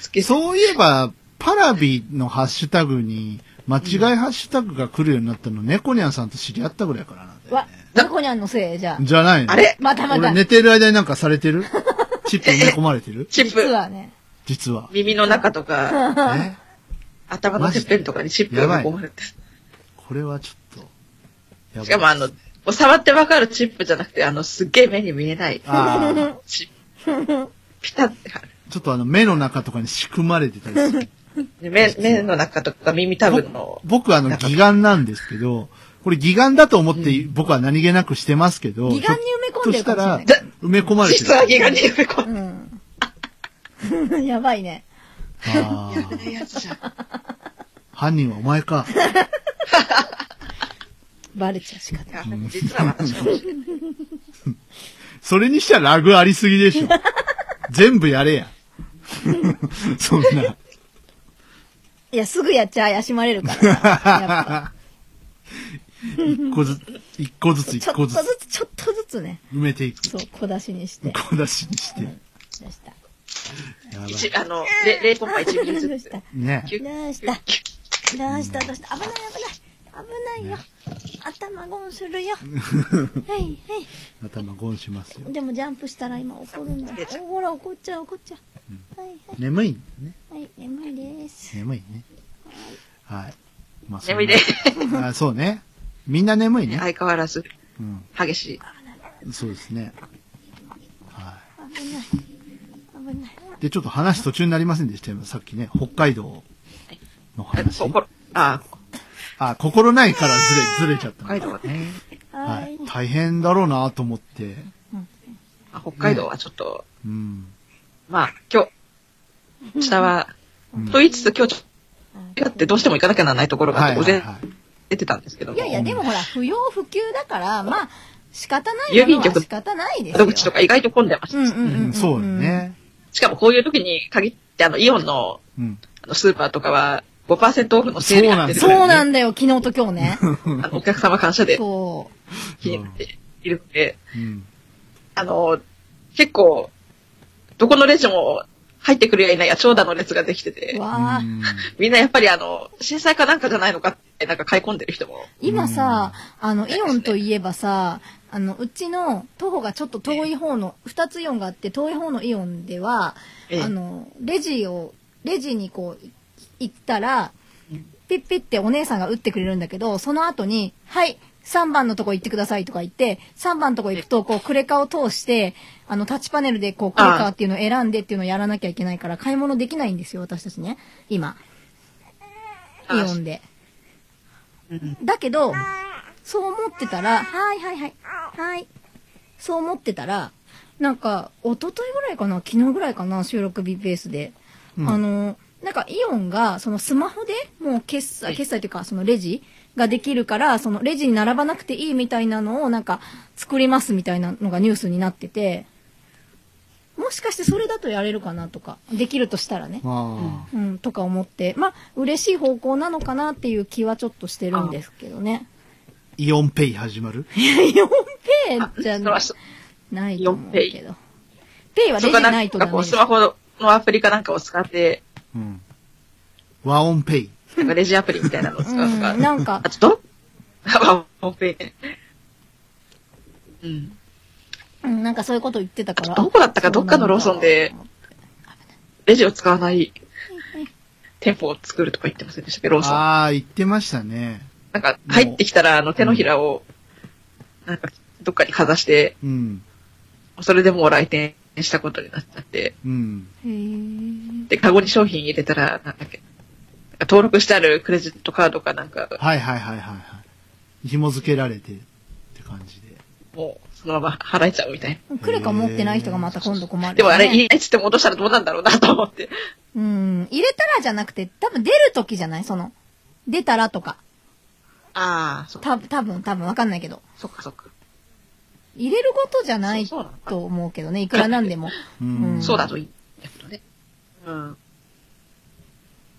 S2: つけそう。
S1: そういえば、パラビのハッシュタグに、間違いハッシュタグが来るようになったの、猫ニャンさんと知り合ったぐらいからなんだよ
S3: わ
S1: ね。、
S3: ナコニャンのせいじゃ
S1: じゃないの
S2: あれ
S3: またまた
S1: 俺寝てる間になんかされてるチップ埋め込まれてる
S2: チッ
S3: 実
S2: プ。
S3: はね。
S1: 実は。
S2: 耳の中とか、
S1: え
S2: 頭のてっぺんとかにチップが込まれて。
S1: これはちょっと。やばい
S2: しかもあの、もう触ってわかるチップじゃなくて、あの、すっげえ目に見えない
S1: あー
S2: チップ。ピタって貼る。
S1: ちょっとあの、目の中とかに仕組まれてたりする。
S2: で目、目の中とか耳たぶんの。
S1: 僕あの、義眼なんですけど、これ義眼だと思って僕は何気なくしてますけど、
S3: 義眼に埋め込んでるかもしれない
S1: ひょっとしたら埋め込まれて
S2: 実は
S1: る。
S2: ギガに埋め込ん
S3: うん。 やばいね。
S1: あー
S2: だやつじゃん。
S1: 犯人はお前か。
S3: バレちゃう仕方。
S2: いや実は私も。
S1: それにしちゃラグありすぎでし ょ。全部やれや。 そんな。
S3: いや、すぐやっちゃ怪しまれるから さ。やっぱ
S1: 一個ずつ、一個ずつ一
S3: ちょっと
S1: 個
S3: ず
S1: ずつ
S3: つ、ちょっとずつね。
S1: 埋めてい く。
S3: そう、小出しにして。
S1: 小出しにして。や
S3: ど う
S1: ば
S3: した
S1: い。
S2: 一 あの、れ0コンマ1ミリ
S3: どう
S2: ず
S3: し
S2: つ。
S3: た
S1: ね
S2: キュッ
S3: どうしたどうしたどうした危ない危ない危ないよ頭ゴンするよはいはい
S1: 頭ゴンしますよ。
S3: でもジャンプしたら今怒るんだおほら怒っちゃう怒っちゃうはい
S1: 眠いんだね。
S3: はいはい眠いです
S1: 眠いね。はい。まあ
S2: 眠いね。。
S1: そんなあそうね。みんな眠いね。
S2: 相変わらず、
S1: うん。
S2: 激しい。
S1: そうですね。は
S3: 危ない危ない
S1: い。で、ちょっと話途中になりませんでしたよ。さっきね、北海道の
S2: え
S1: 話。
S2: 心、あ、
S1: あ、心ないからずれ、ずれちゃった
S2: 北
S1: の。
S2: 海道はね。
S3: は
S1: はいい。大変だろうなと思って。
S2: あ北海道はちょっと、
S1: うん。
S2: まあ、今日、下は、と言いつつ今日ちょっと、だってどうしても行かなきゃならないところがあって、午前出てたんですけど
S3: いやい
S2: も、
S3: やでもほら不要不急だからまあ仕方ない
S2: 郵便局
S3: ものは仕方ないです
S2: 窓
S3: よ
S2: 口とか意外と混んでまし
S3: うんう
S2: た。
S3: んうん
S1: うんん。そうだね。
S2: しかもこういう時に限って、あの、イオンの、
S1: うん。
S2: あのスーパーとかは、5%オフのセールやってる
S3: そうなんだよ昨日と今日 ね
S2: あのお客様感謝で
S3: そ
S2: 気になっているので、
S1: うん。
S2: あの、結構、どこのレジも入ってくるやいないや長蛇の列ができて
S3: う
S2: て、
S3: わあ
S1: うん
S2: みんなやっぱりあの、震災かなんかじゃないのかって、なんか買い込んでる人も。
S3: 今さ、あの、イオンといえばさ、あの、うちの徒歩がちょっと遠い方の、二つイオンがあって、遠い方のイオンでは、
S2: ええ
S3: あの、レジを、レジにこう、い行ったら、ピッピッてお姉さんが打ってくれるんだけど、その後に、はい、 3番のとこ行ってくださいとか言って、3番のとこ行くと、こう、クレカを通して、あの、タッチパネルで、こう、クレカっていうのを選んでっていうのをやらなきゃいけないから、買い物できないんですよ、私たちね。今。イオンで。だけど、そう思ってたら、はいはいはい、はい。そう思ってたら、なんか、一昨日ぐらいかな、昨日ぐらいかな、収録日ベースで。
S1: うん
S3: あの、なんかイオンが、そのスマホでもう決
S2: は
S3: 済、
S2: い
S3: 決済というか、そのレジができるから、そのレジに並ばなくていいみたいなのを、なんか、作りますみたいなのがニュースになってて、もしかしてそれだとやれるかなとか、できるとしたらね。
S1: あ
S3: うん、とか思って、まあ、嬉しい方向なのかなっていう気はちょっとしてるんですけどね。
S1: ーイオンペイ始まる
S3: 4ペ
S2: あ
S3: イじゃ
S2: それはそ
S3: ないと思うけど。ペイは
S2: そ
S3: レジ
S2: こがな
S3: なんいと
S2: か
S3: ダメ
S2: こ
S3: で
S2: う、
S3: す
S2: スマホのアプリかなんかを使って、
S1: うん。和音ペイ。
S2: なんかレジアプリみたいなのを使うとか。
S3: うん、なんか
S2: あ、、ちょっとあ、ホームページ。うん。
S3: うんなんかそういうこと言ってたから。
S2: どこだったか
S3: あそ
S2: ど
S3: う
S2: っ
S3: な
S2: か
S3: んだ
S2: のローソンで、レジを使わない店舗を作るとか言ってませんでしたっけど、ローソン。
S1: ああ、言ってましたね。
S2: なんか、入ってきたら、あの、手のひらを、なんか、どっかにかざして、
S1: うん。
S2: それでもう来店したことになっちゃって、
S1: うん。
S3: へー
S2: で、カゴに商品入れたら、なんだっけ、なんか登録してあるクレジットカードかなんか、
S1: はいはいはいはいはい。紐付けられてって感じで。
S2: もう、そのまま払えちゃうみたい
S3: クレカ持ってない人がまた今度困る、
S2: な。でもあれ、いいねっつって戻したらどうなんだろうなと思って。
S3: うん。入れたらじゃなくて、多分出るときじゃないその。出たらとか。
S2: ああ、そっか、
S3: た多分多分わかんないけど。
S2: そっか、そっか。
S3: 入れることじゃない
S2: そうそうなのか
S3: と思うけどね。いくらなんでも。
S1: うん。
S3: うん
S2: そうだといいんだけどね。うん。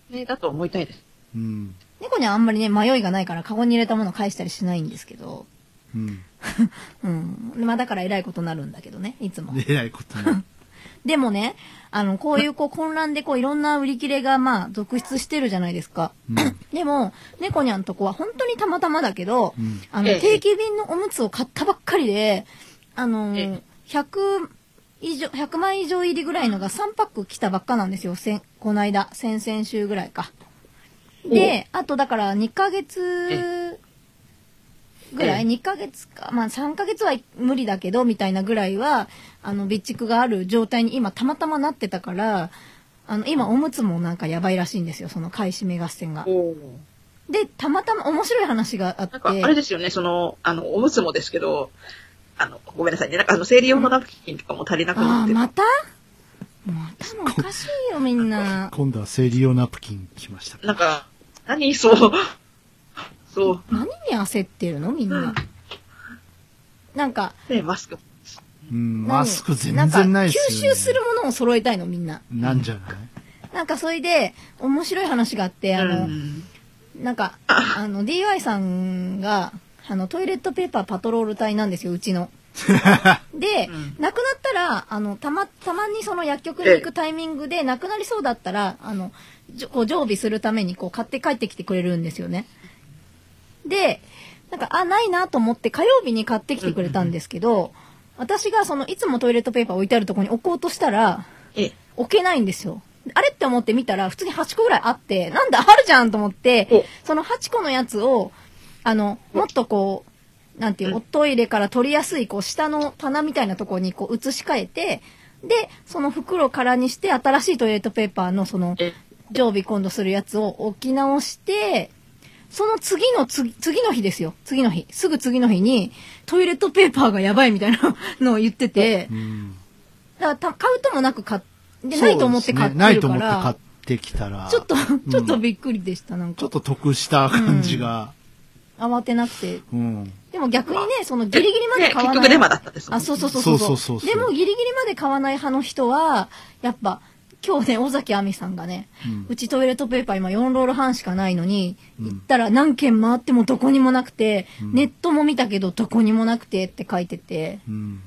S2: ね、だと思いたいです。
S1: うん。
S3: 猫にはあんまりね、迷いがないから、カゴに入れたもの返したりしないんですけど。
S1: うん。
S3: うん。まあだから偉いことになるんだけどね、いつも。
S1: 出ないことね。
S3: でもね、あの、こうい うこう混乱でこういろんな売り切れがまあ続出してるじゃないですか。
S1: うん
S3: でも、猫にゃんとこは本当にたまたまだけど、
S1: うん
S3: あの、
S2: ええ
S3: 定期便のおむつを買ったばっかりで、あのー
S2: え
S3: 100以上、100枚以上入りぐらいのが3パック来たばっかなんですよ。先この間、先々週ぐらいか。で、あとだから2ヶ月ぐら
S2: え
S3: い、
S2: え
S3: 2ヶ月か、まあ3ヶ月は無理だけど、みたいなぐらいは、あの、備蓄がある状態に今たまたまなってたから、あの、今おむつもなんかやばいらしいんですよ、その買い占め合戦が。
S2: お
S3: で、たまたま面白い話があって
S2: なん、か、あれですよね、その、あの、おむつもですけど、あの、ごめんなさいね。なんか、あの、生理用のナプキンとかも足りなくな
S3: あ
S2: っ
S3: あ、
S2: てる。
S3: またまたおかし いよ、みんな。
S1: 今度は生理用ナプキン来ました。
S2: なんか、何そう。そう。
S3: 何に焦ってるのみんな。なんか、
S2: ね、マスク。
S1: うん。
S3: 何
S1: マスク全然ないですよ、ね。
S3: なんか吸収するものを揃えたいの、みんな。
S1: なんじゃない
S3: なんか、それで、面白い話があって、あ
S2: う
S3: の、
S2: ん。
S3: なんか、あの、DY さんが、あの、トイレットペーパーパトロール隊なんですよ、うち の。で、
S2: うん
S3: 亡くなったら、あの、たま、たまにその薬局に行くタイミングで、亡くなりそうだったら、あの、じょこう常備するために、こう、買って帰ってきてくれるんですよね。で、なんか、あ、ないなと思って、火曜日に買ってきてくれたんですけど、私が、その、いつもトイレットペーパー置いてあるところに置こうとしたら、
S2: え、
S3: 置けないんですよ。あれって思って見たら、普通に8個ぐらいあって、なんだ、あるじゃんと思って
S2: お、
S3: その8個のやつを、あの、もっとこう、なんていう、
S2: うん
S3: おトイレから取りやすい、こう、下の棚みたいなところにこう、移し替えて、で、その袋からにして、新しいトイレットペーパーのその、
S2: え、
S3: 常備今度するやつを置き直して、その次の次、次の日ですよ。次の日。すぐ次の日に、トイレットペーパーがやばいみたいなのを言ってて
S1: う、ん。
S3: だからた買うともなく買っで、
S1: そう
S3: な
S1: です
S3: いと思って買っ
S1: ねな
S3: て
S1: い
S3: る
S1: と
S3: か
S1: 思って買
S3: ら
S1: っ、てきたら。
S3: ちょっと、
S1: ん
S3: ちょっとびっくりでした、なん
S1: ちょ
S3: か
S1: っ。と得した感じが。
S3: 慌てなくて。
S1: うん。
S3: でも逆にね、そのギリギリまで
S2: ね
S3: 買
S2: 結
S3: わない。
S2: 局デマだったんですもん
S3: あ、そうそうそうそう。
S1: そうそうそうそう
S3: でもギリギリまで買わない派の人は、やっぱ、今日ね、尾崎亜美さんがね、
S1: う
S3: うんちトイレットペーパー今4ロール半しかないのに、
S1: うん
S3: 行ったら何軒回ってもどこにもなくて、
S1: うん
S3: ネットも見たけどどこにもなくてって書いてて、
S1: うん。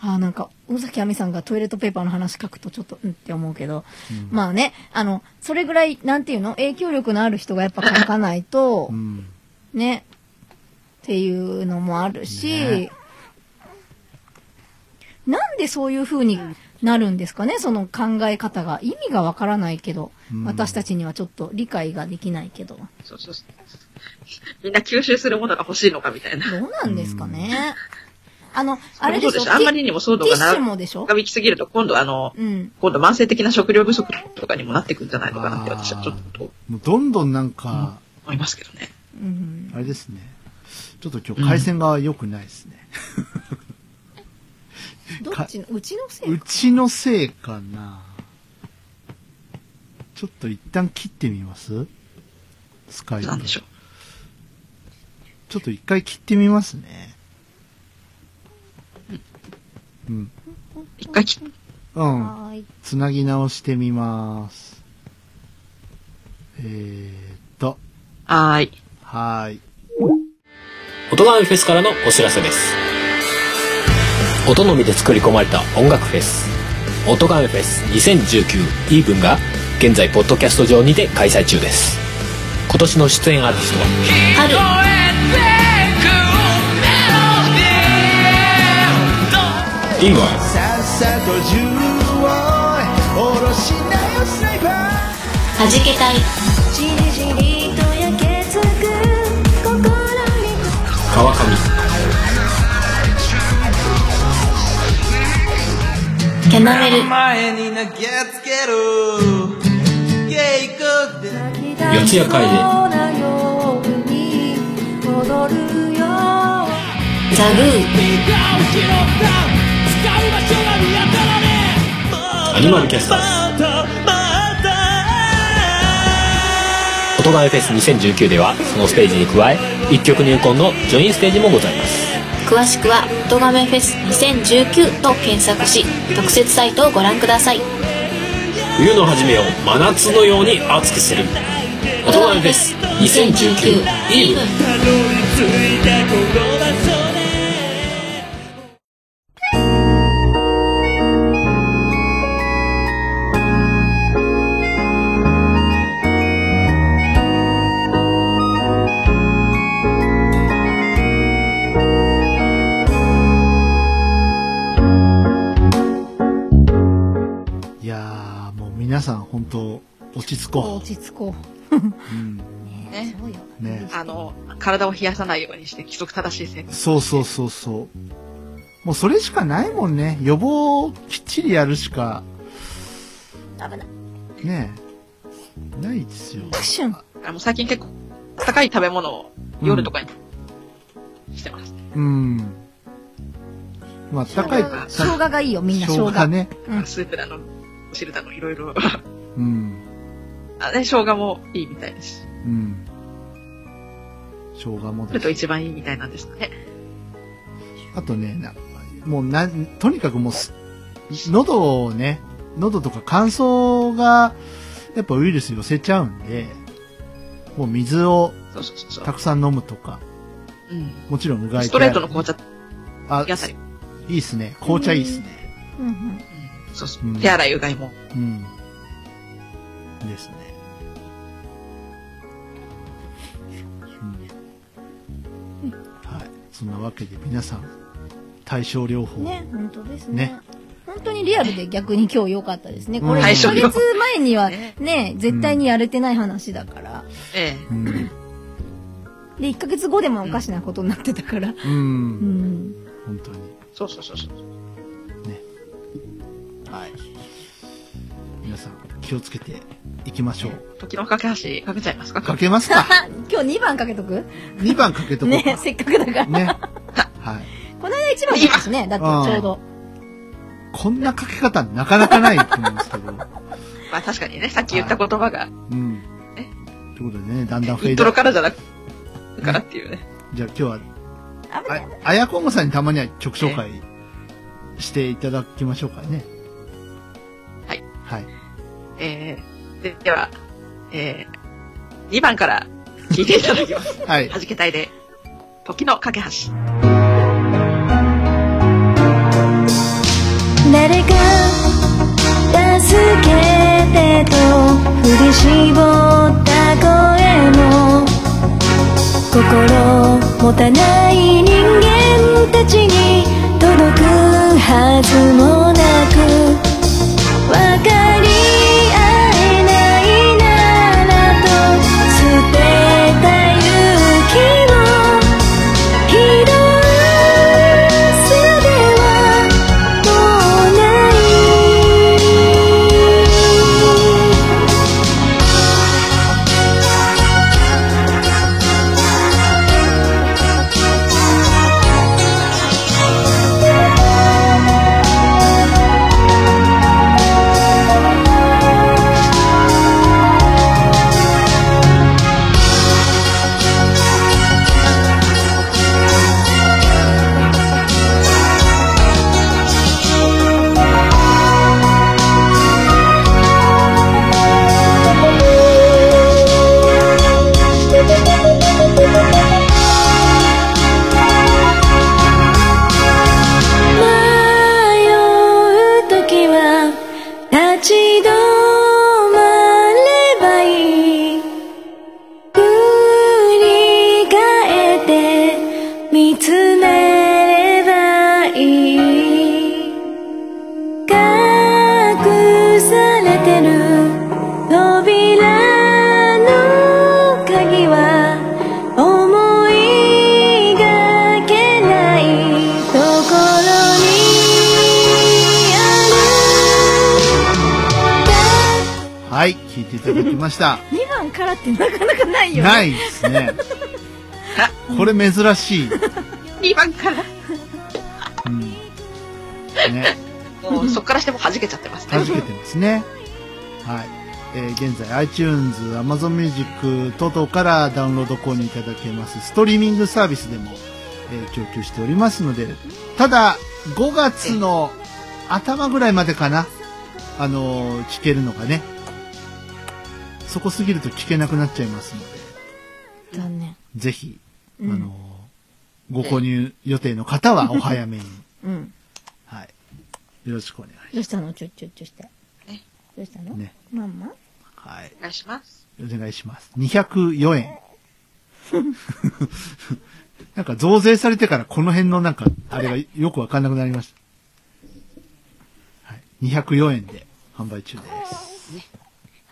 S3: あーなんか、尾崎亜美さんがトイレットペーパーの話書くとちょっと、うんって思うけど、
S1: うん
S3: まあね、あの、それぐらい、なんていうの影響力のある人がやっぱ書かないと
S1: う、ん。
S3: ね、っていうのもあるし、
S1: ね
S3: なんでそういう風になるんですかね、その考え方が。意味がわからないけど、
S1: うん
S3: 私たちにはちょっと理解ができないけど。ど
S2: そうそうそうみんな吸収するものが欲しいのかみたいな。
S3: うなんですかね。あの、あれ
S2: そ
S3: で
S2: うで
S3: しょ
S2: しょあんまりにも騒動
S3: ティッ
S2: が
S3: シュ
S2: 長
S3: もでしょ
S2: 長引きすぎると、今度あの、
S3: うん。
S2: 今度慢性的な食料不足とかにもなってくるんじゃないのかなって
S1: あー
S2: 私はちょっと
S1: もうどんどんなんか、
S2: 思いますけどね。
S3: うん
S1: あ。れですね。ちょっと今日回線が良くないですね。
S3: どっちの、うちのせ
S1: う
S3: いか。
S1: ちのせいかなちょっと一旦切ってみますスカイ
S2: なん
S1: プ。
S2: でし
S1: ち
S2: ょう。
S1: ょっと一回切ってみますね。うん。
S2: 一回切っ
S1: うん。
S3: はーい。
S1: つなぎ直してみます。えー、っと、
S2: はーい。
S1: はーい。
S5: 音がフェスからのお知らせです音のみで作り込まれた音楽フェス音がフェス2019イーブンが現在ポッドキャスト上にて開催中です今年の出演アーティストはイーブン
S6: はじけたい
S5: 川上
S6: キャナメル
S5: 四谷怪で
S6: ザグ
S5: アニマルキャスターズ音がフェス2019ではそのステージに加え一曲入魂のジョインステージもございます
S6: ー詳しくは「音ガメフェス2019」と検索し特設サイトをご覧ください
S5: 冬の初めを真夏のように熱くする大人フェス2019イーブン
S1: いやー、もう皆さん本当落ち着こ
S3: 落ち着こ
S1: う。うん。
S3: う。
S2: ね
S3: そうよ。
S1: ね
S2: あの、体を冷やさないようにして規則正しい生活。
S1: そうそうそうそう。もうそれしかないもんね。予防をきっちりやるしか、
S3: 危ない。
S1: ねえないですよ。
S3: クシュン。
S2: あの最近結構、高い食べ物を夜とかにしてます。
S1: うん。まあ、高い。
S3: 生姜がいいよ、みんな生姜。
S1: 生姜ね。
S3: うん
S2: スープだの、お汁だの、 いろいろ。
S1: うん。
S2: あね、生姜もいいみたいです。
S1: うん。生姜も
S2: それ
S1: だ
S2: と
S1: し。
S2: 一番いいみたいなんですかね。
S1: あとね、なんかもうな、とにかくもうす、喉をね、喉とか乾燥が、やっぱウイルス寄せちゃうんで、もう水を
S2: そうそうそうそ
S1: た
S2: う。
S1: くさん飲むとか、
S2: うん。
S1: もちろんうがい
S2: ス
S1: 手
S2: ト
S1: 洗い
S2: レートの紅茶、
S1: あ、
S2: 野菜。
S1: いいっすね。紅茶いいっすね。
S3: うんうん。
S2: そうそうう。
S1: ん
S2: 手洗いうがいも。
S1: うん。ですね。うんはい。そんなわけで皆さん、対症療法。
S3: ね、本当です
S1: ね
S3: ね。本当にリアルで逆に今日良かったですね。こ
S1: うん
S3: れ
S1: 対
S3: 1
S2: 象
S3: ヶ
S2: よ
S3: 月前には
S2: ね
S3: ね、絶対にやれてない話だから。
S2: え
S1: うん。
S3: で、1ヶ月後でもおかしなことになってたから。
S1: う。
S3: うんん。
S1: 本当に。
S2: え。そうそうそうそう。
S1: はい。皆さん、気をつけていきましょう。
S2: 時の架け橋かけちゃいますか
S1: かけますか
S3: 今日2番かけとく
S1: ?2 番かけとこう
S3: ね、
S1: か。
S3: せっかくだから。
S1: ね。はい。
S3: この間1番だったしね、だってちょうど。
S1: こんなかけ方なかなかないと思うんですけど。
S2: まあ確かにね、さっき言った言葉が、
S1: うん。ということでね、だんだんフェ
S2: イ
S1: イ
S2: ント
S1: ド
S2: ロ。からじゃなく、からっていうね。
S1: じゃあ今日は
S3: 危ない
S1: あ。あやこんごさんにたまには曲紹介していただきましょうかね。
S2: はい。
S1: はい。
S2: えー、ででは、えー、2番から聞いていただきます。
S1: はい
S2: は。じけたいで、時の架け橋。
S7: 誰か助けてと振り絞った声も心持たない人間たちに届くはずも
S1: はい、聞いていただきました。
S3: 2番からってなかなかない よね。
S1: ないです ね。これ珍しい。
S2: 2番から。
S1: うん。ね、
S2: もうそっからしても弾けちゃってますね
S1: 弾。けてますね。はい。えー現在 iTunes、Amazon Music 等々からダウンロード購入いただけます。ストリーミングサービスでも、えー供給しておりますので、ただ、5月の頭ぐらいまでかな。あのー聞けるのがね。そこ過ぎると聞けなくなっちゃいますので、
S3: 残念。
S1: ぜひ、あ
S3: うん
S1: のーご購入予定の方はお早めに。
S3: うん。
S1: はい。よろしくお願いします。
S3: どうしたのちょ、ちょ、ちょして。
S2: え
S3: どうしたの
S1: ね
S3: ママ
S1: はい。
S2: お願いします。
S1: お願いします。204円。 なんか増税されてからこの辺のなんか、あれがよくわかんなくなりました。はい。204円で販売中です。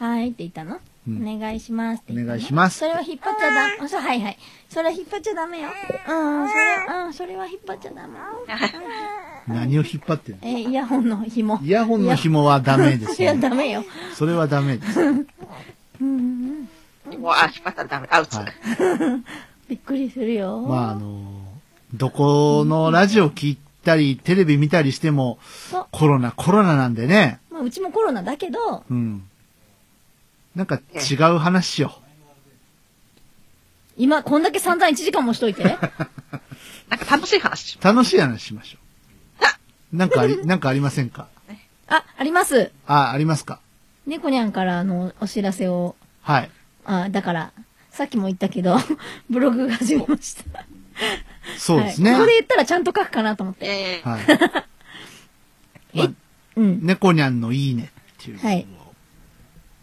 S3: はーいって言ったの、
S1: うん
S3: お願いしますって言ったの
S1: お願いします
S3: それは引っ張っちゃダメ。あ、そう、はいはい。それは引っ張っちゃダメよ。うん、それは、うん、それは引っ張っちゃダメ。
S1: 何を引っ張ってんの
S3: えーイヤホンの紐。
S1: イヤホンの紐はダメです
S3: いや、
S1: ね。
S3: ダメよ。
S1: それはダメです。は
S2: もう、あ、引っ張ったらダメ。アウト。
S1: い。
S3: びっくりするよ。
S1: まああの、どこのラジオ聞いたり、テレビ見たりしても
S3: そう、
S1: コロナ、コロナなんでね。
S3: まあ、うちもコロナだけど、
S1: うん。なんか違う話しよう。
S3: 今、こんだけ散々1時間もしとい て。
S2: なんか楽しい話しま
S1: 楽しい話しましょう。なんかあり、なんかありませんか
S3: あ、あります。
S1: あ、ありますか
S3: 猫にゃんからあのお知らせを、
S1: はい。
S3: あ、だから、さっきも言ったけど、 ブログが始めました。
S1: そうですね。
S3: はい
S1: は
S3: ここで
S1: い。
S3: 言ったらちゃんと書くかなと思っ
S2: す。
S3: て。
S2: えー
S1: まあ
S3: うん。
S1: 猫にゃんのいいねっていう
S3: は
S1: の
S3: い
S1: を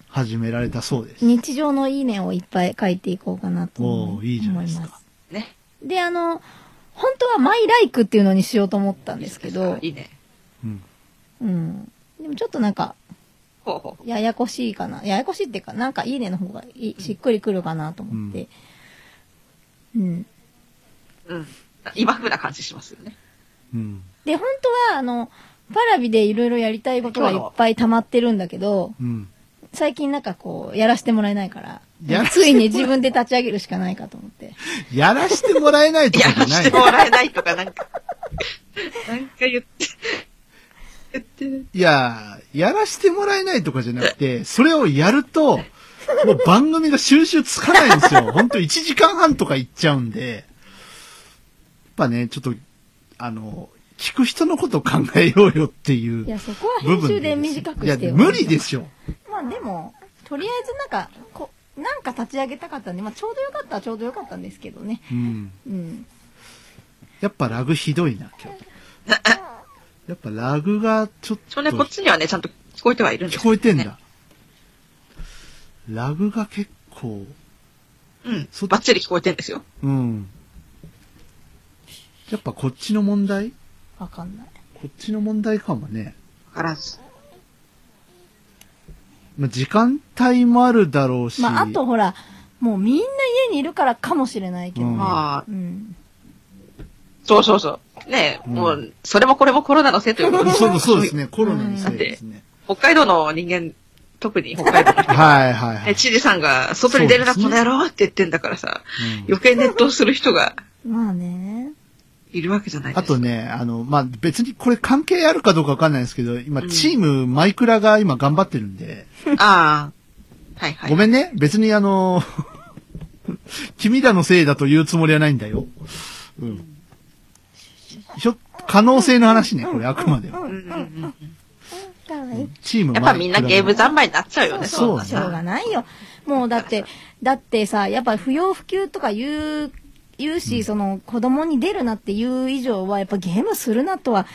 S1: 始められたそうです。
S3: 日常のいいねをいっぱい書いていこうかなと
S1: お
S3: 思
S1: ーいいじゃないですか
S3: 思ま
S2: ね。
S3: で、あの、本当はマイライクっていうのにしようと思ったんですけど、
S2: いいね。
S1: うん。
S3: うん。でもちょっとなんか、
S2: ほうほうほ
S3: ややこしいかな。ややこしいっていうか、なんかいいねの方がいいしっくりくるかなと思って。うん。
S2: う。うん。今風な感じしますよね。
S1: うん。
S3: で、本当は、あの、パラビでいろいろやりたいことがいっぱい溜まってるんだけど、
S1: うん。
S3: 最近なんかこう、やらせてもらえないから
S1: やら、せても
S3: つ
S1: らえ
S3: いに自分で立ち上げるしかないかと思って。
S1: やらしてもらえないと
S2: いや
S1: かじ
S2: ら
S1: ゃな
S2: して
S1: い。
S2: もらえないとか、なんか。なんか言って。言ってる。
S1: いや、やらしてもらえないとかじゃなくて、それをやると、もう番組が収集つかないんですよ。ほんと1時間半とかいっちゃうんで、やっぱね、ちょっと、あの、聞く人のことを考えようよっていう
S3: いや、そこは
S1: 部
S3: 編
S1: 分
S3: 集
S1: で
S3: です短くして
S1: いや、
S3: よ。
S1: 無理でしょ。
S3: まあでも、とりあえずなんか、こう、なんか立ち上げたかったんで、まあちょうどよかったはちょうどよかったんですけどね。
S1: うん。
S3: うん。
S1: やっぱラグひどいな、今日。やっぱラグがちょっ
S2: 少
S1: と
S2: 年こっちにはね、ちゃんと聞こえてはいるんです
S1: 聞
S2: けど
S1: こえてん
S2: ね
S1: だ。ラグが結構、
S2: うん
S1: そ。
S2: バッチリ聞こえてんですよ。
S1: うん。やっぱこっちの問題
S3: わかんない。
S1: こっちの問題かもね。
S2: わからず。
S1: まあ、時間帯もあるだろうし。
S3: まああとほら、もうみんな家にいるからかもしれないけど
S1: うん
S3: ね。
S2: まあ、
S3: うん。
S2: そうそうそう。ねえ、
S1: うん
S2: もう、それもこれもコロナのせいということ
S1: うん
S2: で
S1: そうそうですね。コロナのせいですね。
S2: 北海道の人間、特に北海道の 人
S1: はいはいはい。
S2: ね、知事さんが、外に出るな、
S1: そ
S2: こ
S1: うです
S2: の
S1: ね
S2: 野郎って言ってんだからさ、
S1: うん
S2: 余計熱湯する人が
S3: まあね。
S2: いるわけじゃないで
S1: あ
S2: すか。
S1: とね、あの、まあ、別にこれ関係あるかどうかわかんないですけど、今、
S2: うん
S1: チーム、マイクラが今頑張ってるんで、
S2: ああ。はいはい。
S1: ごめ
S2: ん。
S1: んね、別にあの、 君らのせいだと言うつもりはないんだよ。うん。ひょ、可能性の話ね、これあくまでは。
S2: うんうんうん、
S3: かわいい。
S1: チーム
S2: やっぱみんなゲーム三昧になっちゃうよね、
S1: そ
S2: そうう
S1: だな
S2: だ
S3: しょうが
S2: な。
S3: ないよ。もうだって、だってさ、やっぱ不要不急とか言う、言うし、その子供に出るなっていう以上は、やっぱゲームするなとは、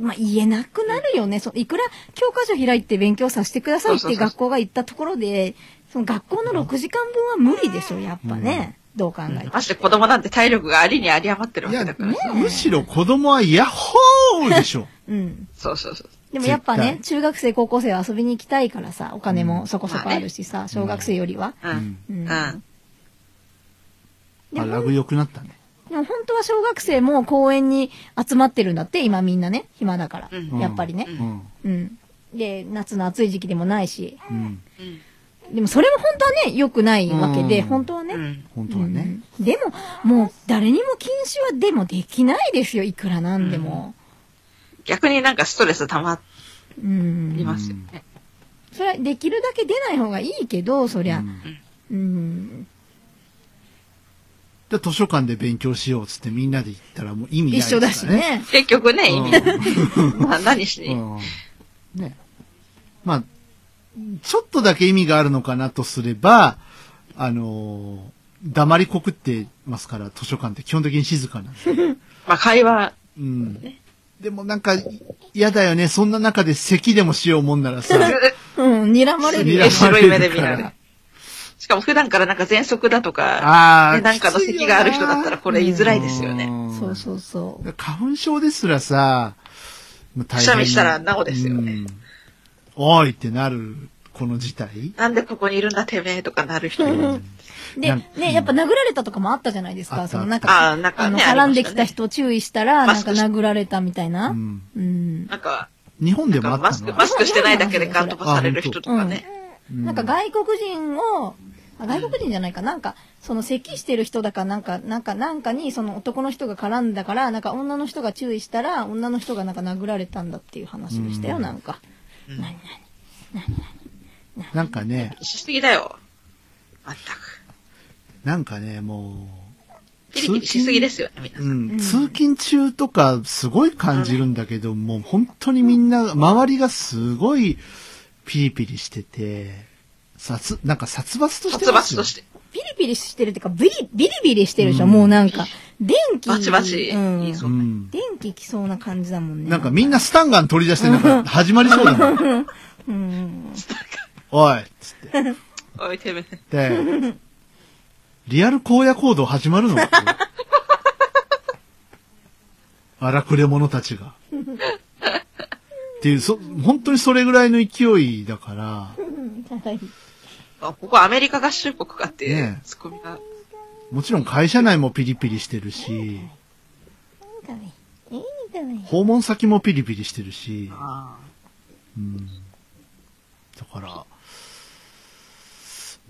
S3: まあ言えなくなるよね。そいくら教科書開いて勉強させてくださいっ
S2: そうそう
S3: て
S2: そう
S3: 学校が言ったところで、その学校の6時間分は無理でしょ、やっぱね。どう考えても。
S2: まして子供なんて体力がありにあり余ってるわ
S1: い
S2: け
S1: や
S2: だからさ。、
S1: むしろ子供はヤッホーでし ょ。
S3: うん。
S2: そうそうそう。
S3: でもやっぱ
S1: 絶
S3: ね
S1: 対、
S3: 中学生、高校生は遊びに行きたいからさ、お金もそこそこあるしさ、小学生よりは。
S2: うん。
S1: う
S2: うん。
S3: で
S1: あ、ラ
S3: も、
S1: グ良くなったね。
S3: でも本当は小学生も公園に集まってるんだって、今みんなね、暇だから
S2: う。ん
S3: やっぱりね
S1: う。ん。
S3: うん。で、夏の暑い時期でもないし。
S1: うん。
S3: でもそれも本当はね、良くないわけで、
S1: うん
S3: 本当はね。
S2: うん。
S1: 本当はね。
S3: うんでも、もう誰にも禁止はでもできないですよ、いくらなんでも。
S2: 逆になんかストレス溜ま
S3: うん。
S2: りますよね。
S3: それはできるだけ出ない方がいいけど、そりゃ。うん。
S1: で、図書館で勉強しようっつってみんなで行ったらもう意味ない、
S3: 一緒だし。ね。
S2: 結局ね、意味ない。まあ何し
S1: う
S2: に。
S1: ん。うんね。まあ、ちょっとだけ意味があるのかなとすれば、あのー黙りこくってますから、図書館って基本的に静かなんで。
S2: まあ会話、
S1: うん。でもなんか、嫌だよね。そんな中で咳でもしようもんな らさ、
S3: うん、睨まれる
S1: 睨まれ
S3: よ。
S1: る
S2: 白い目で見られ
S1: か
S2: るしかも普段からなんか喘息だとか、
S1: ああ、
S2: ねなんかの咳がある人だったらこれ言いづらい
S1: きつい
S2: ですよね。。
S3: そうそうそ
S1: う
S3: う。
S1: ん花粉症ですらさ、もう大
S2: くしゃみしたらなおですよね
S1: うんおいってなる、この事態。
S2: なんでここにいるんだてめえとかなる人。
S3: で、
S1: なん
S3: ね、やっぱ殴られたとかもあったじゃないです
S1: あっ
S3: か。
S1: た
S3: そのなん
S2: あ
S3: か、
S2: あ、なんか
S3: あの、
S2: ね、
S3: 絡
S2: あ
S3: ん
S2: り
S3: で
S2: ま
S3: き
S2: したね。
S3: 人を注意した
S2: マ
S3: ら、なん
S2: ス
S3: か
S2: クして
S3: 殴られたみたいな
S1: う。ん
S3: うん。
S2: なんか、
S1: 日本でも
S2: な
S1: あ
S2: んか
S1: った
S2: マスク、マスクしてないだけでガン飛ばされる人とかね。
S3: なんか外国人を、あ外国人じゃないか、なんか、その咳してる人だかなんか、なんか、なんかに、その男の人が絡んだから、なんか女の人が注意したら、女の人がなんか殴られたんだっていう話でしたよ、なんか。
S1: なんかね、
S2: しすぎだよ。まったく。
S1: なんかね、もう、
S2: ピリピリしすぎですよね、みんな。
S1: うん、通勤中とかすごい感じるんだけど、もう本当にみんな、周りがすごいピリピリしてて、殺、なんか殺伐として
S2: 殺
S1: ます
S2: 伐
S1: よ
S2: として。
S3: ピリピリしてるっていうか、ビリ、ビリビリしてるでしょ、もうなんか。電気。
S2: バチバチ
S3: うん
S2: 言い。そう
S1: う
S2: な。
S1: ん。
S3: 電気来そうな感じだもんね。
S1: なんかみんなスタンガン取り出して、なんか始まりそうだな。おいっつって。
S2: おい、てめえ。
S1: で、リアル荒野行動始まるのか荒くれ者たちが。っていう、そ、本当にそれぐらいの勢いだから、
S2: あここアメリカ合衆国かっていう
S1: ねえ
S2: ツッコミが。
S1: もちろん会社内もピリピリしてるし、訪問先もピリピリしてるし、
S2: あ
S1: だから、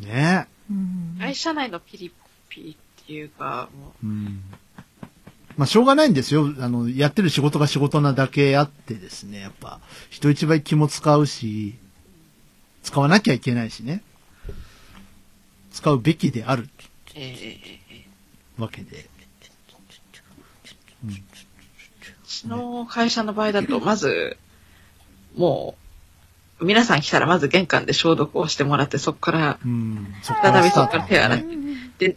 S1: ね
S2: ー会社内のピリピリっていうか、もう、
S1: うんまあ、しょうがないんですよ。あの、やってる仕事が仕事なだけあってですね、やっぱ、人一倍気も使うし、使わなきゃいけないしね。使うべきである
S2: えー
S1: わけで。
S2: うちの会社の場合だと、まず、もう、皆さん来たらまず玄関で消毒をしてもらって、そこから、
S1: うん。そっ
S2: 再びそこから手洗い。で、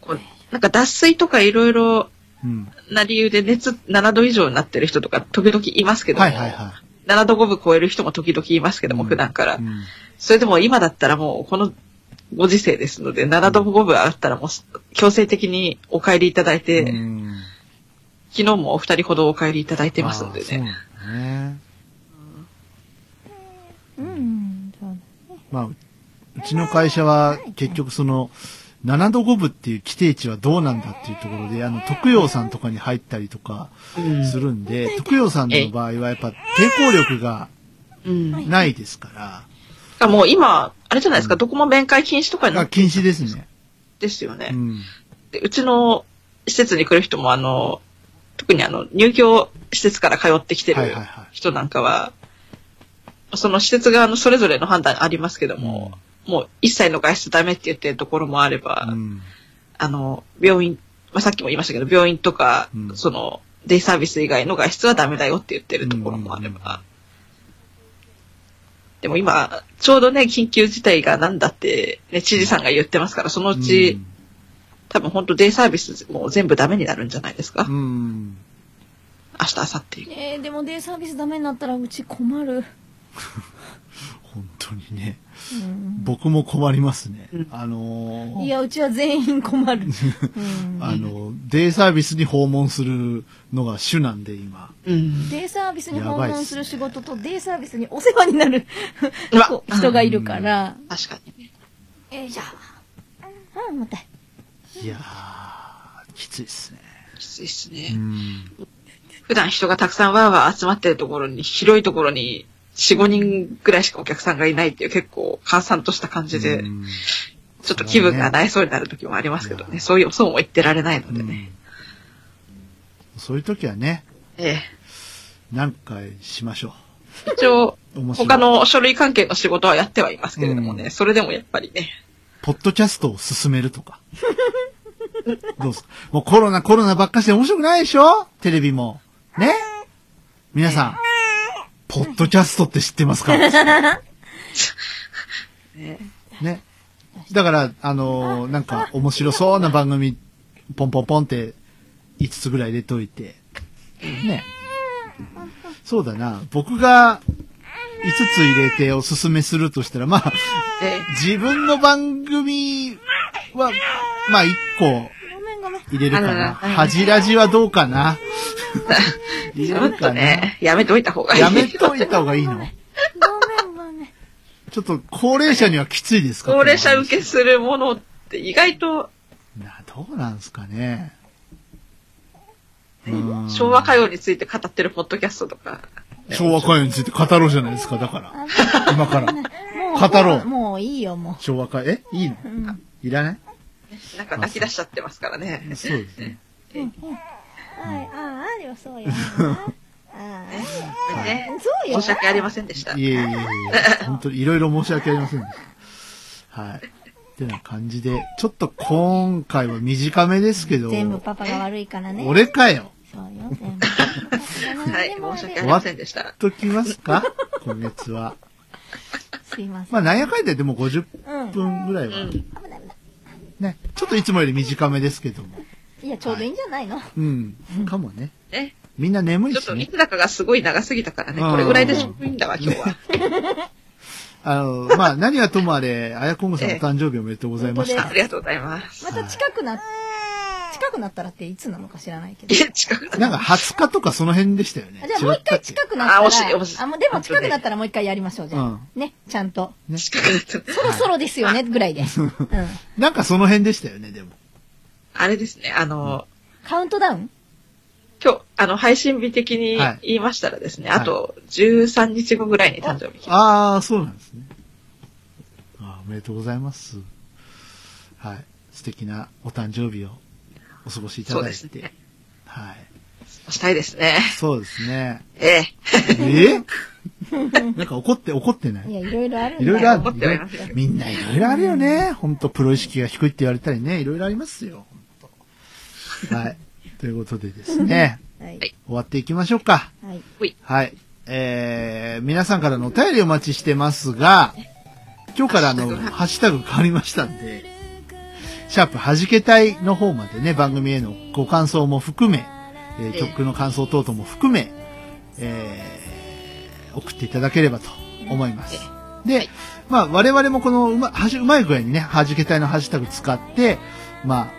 S2: こう、なんか脱水とかいろいろ
S1: うん。
S2: な理由で熱7度以上になってる人とか時々いますけども、
S1: はいはいは
S2: 7度5分超える人も時々いますけ
S1: い。
S2: ども、普段から。
S1: うん
S2: それでも今だったらもうこのご時世ですので、7度5分上がったらもう強制的にお帰りいただいて、
S1: うん。
S2: 昨日もお二人ほどお帰りいただいてますので
S1: あーそう
S2: ね。
S1: なんだね。
S3: うん、そう
S1: まあ、ううちの会社は結局その、7度5分っていう規定値はどうなんだっていうところで、あの、徳陽さんとかに入ったりとかするんで、徳陽さんの場合はやっぱ抵抗力が
S2: うん。
S1: ないですか
S2: だからもう今、あれじゃないですか、どこも面会禁止とかに
S1: ら、
S2: な
S1: あ
S2: ってる
S1: 禁止ですね。
S2: ですよね
S1: う。ん。
S2: でうちの施設に来る人も、あの、特にあの、入居施設から通ってきて
S1: はい
S2: る
S1: はいはい
S2: 人なんかは、その施設側のそれぞれの判断ありますけども、もう一切の外出ダメって言ってるところもあれば、
S1: うん。
S2: あの、病院、まあ、さっきも言いましたけど、病院とか、
S1: うん
S2: その、デイサービス以外の外出はダメだよって言ってるところもあれ
S1: うんうんうん
S2: ば。でも今、ちょうどね、緊急事態がなんだって、ね、知事さんが言ってますから、そのうち、多分本当デイサービスもう全部ダメになるんじゃないですか、
S1: うん、うん。
S2: 明日、明後日。
S3: えー、でもデイサービスダメになったらうち困る。
S1: 本当にね。
S3: うん
S1: 僕も困りますね
S2: うん。
S1: あのー
S3: いや、うちは全員困る。うん
S1: あの、デイサービスに訪問するのが主なんで、今。
S2: うん。
S3: デイサービスに
S1: や
S3: 訪
S1: ばいっすね
S3: 問する仕事とデイサービスにお世話になる
S2: うわ
S3: こう人がいるから、
S2: 確かにね。
S3: えいじゃあ、うん、待って。
S1: いやー、きついっすね。
S2: きついっす
S1: う
S2: ね。
S1: ん。
S2: 普段人がたくさんわーわー集まってるところに、広いところに4、5人ぐらいしかお客さんがいないっていう結構閑散とした感じで、
S1: うん
S2: ちょっと気分がなえそうになる時もありますけどね、そういう、そうも言ってられないのでね。
S1: そういう時はね、
S2: ええ。
S1: 何回しましょ
S2: 一応、
S1: う。面白い
S2: 他。の書類関係の仕事はやってはいますけれどもね、
S1: うん
S2: それでもやっぱりね、
S1: ポッドキャストを進めるとか。 どうすもうコロナ、コロナばっかして面白くないでしょテレビも。ね皆さん、ポッドキャストって知ってますかね。だから、あのーなんか面白そうな番組、ポンポンポンって5つぐらい入れといて。ね。そうだな。僕が5つ入れておすすめするとしたら、まあ、
S2: え
S1: 自分の番組は、まあ、一個、入れるか
S2: あら
S1: な。
S2: らはい
S1: 恥じらじはどうかな。
S2: え
S1: 入
S2: ち
S1: れ
S2: ょ
S1: る
S2: っと
S1: かな。
S2: ね、やめといた方がいい。
S1: やめといた方がいいのちょっと高齢者にはきついですか
S2: 高齢者受
S1: け。
S2: けするものって意外と
S1: などうなんすかね。
S2: 昭和歌謡について語ってるポッドキャストとか、
S1: 昭和歌謡について語ろうじゃないですか、だから。今から。語ろう
S3: もういいよ、も
S1: 昭和歌謡、えいいの
S3: う。うん。
S1: いら ない
S2: なんか泣き出しちゃってますからね。
S1: そうですね。
S7: ああ、でもそうよ。
S2: ね
S3: そうよ
S2: 申し。訳ありませんでした。
S1: いえいえいえ、本当にいろいろ申し訳ありませんでした。はい。ってな感じで、ちょっと今回は短めですけど、
S3: 全部パパが悪いからね。
S1: 俺かよ。
S3: そうよ、全部。
S2: はい、申し訳ありませんでした。
S1: ときますか今月は。
S3: すいません。
S1: まあ、なんやかんやでも50
S3: うん。
S1: 分ぐらいは
S2: うん。
S1: ね、ちょっといつもより短めですけども。
S3: いや、ちょうどいいんじゃないの、
S1: うん。かもね。
S2: ね、
S1: みんな眠い
S2: ちょっ
S1: し
S2: と
S1: ね
S2: い。つだかがすごい長すぎたからね、
S1: うん
S2: これぐらいでちょうどいいんだわ、今日は。
S1: あの、まあ、何はともあ れ、あやこんごさんお誕生日おめでとうございまし
S3: ええ
S2: あ
S1: た
S2: り。がとうございます。
S3: また近くな、近くなったらっていつなのか知らないけど
S2: い。や、近く
S1: なんか20日とかその辺でしたよね。
S3: あじゃあもう一回
S1: 違
S3: 近くなったら。
S2: あ惜しい惜しい
S3: あもうでも近くなったらもう一回やりましょう、じゃあ。
S1: うん
S3: ね、ちゃんと。
S2: 近くだった
S3: そろそろですよね、ぐらいで。うん。
S1: なんかその辺でしたよね、でも。
S2: あれですね、あの、
S3: カウントダウン
S2: 今日、あの、配信日的に
S1: はい
S2: 言いましたらですね、
S1: はい
S2: あと13日後ぐらいに誕生日。
S1: ああ、そうなんですね。あーおめでとうございます。はい。素敵なお誕生日をお過ごしいただい
S2: そう
S1: て。
S2: ですね
S1: はい。
S2: したいですね。
S1: そうです ね。
S2: ええ。
S1: えなんか怒って、怒ってないい
S3: や、いろいろあるんだ
S1: い
S3: よ
S1: ろいろあ
S2: 怒
S1: る
S2: ってはいますよ。
S1: みんないろいろあるよね。ほんと、プロ意識が低いって言われたりね、いろいろありますよ。ほんとはい。ということでです ね、
S3: はい。
S1: 終わっていきましょうか。
S3: はい。
S1: はい。えー、皆さんからのお便りお待ちしてますが、今日からあ の、ハッシュタグ変わりましたんで、シャープはじけたいの方までね、番組へのご感想も含め、えー
S2: ええ
S1: 曲の感想等々も含め、えー、送っていただければと思います。で、まあ、我々もこのうま、はじ、うまい具合にね、はじけたいのハッシュタグ使って、ま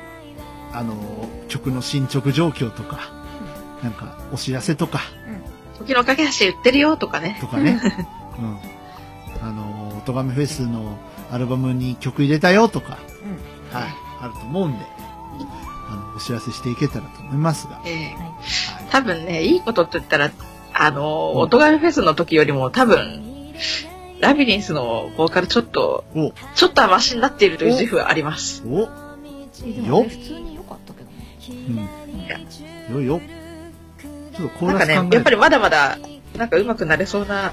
S1: あ、あのー、曲の進捗状況とか、なんか、お知らせとか、
S2: 時の架け橋売ってるよとかね。
S1: とか ね。うん。あの、おとがめフェスのアルバムに曲入れたよとか、はい、あると思うんで、あの、お知らせしていけたらと思いますが、
S2: ええ
S3: は
S2: 多分ね、いいことって言ったら、あの、
S1: うん
S2: オトガメフェスの時よりも多分、ラビリンスのボーカルちょっと、
S1: お、
S2: ちょっとはマシになっているという自負はあります。
S1: お、
S3: えでも
S1: よ
S3: ね普通に良かったけどね。
S1: うん。よいよ。ちょっとコー
S2: なん
S1: ラ
S2: か
S1: ス考
S2: ね
S1: え、
S2: やっぱりまだまだ、なんか上手くなれそうな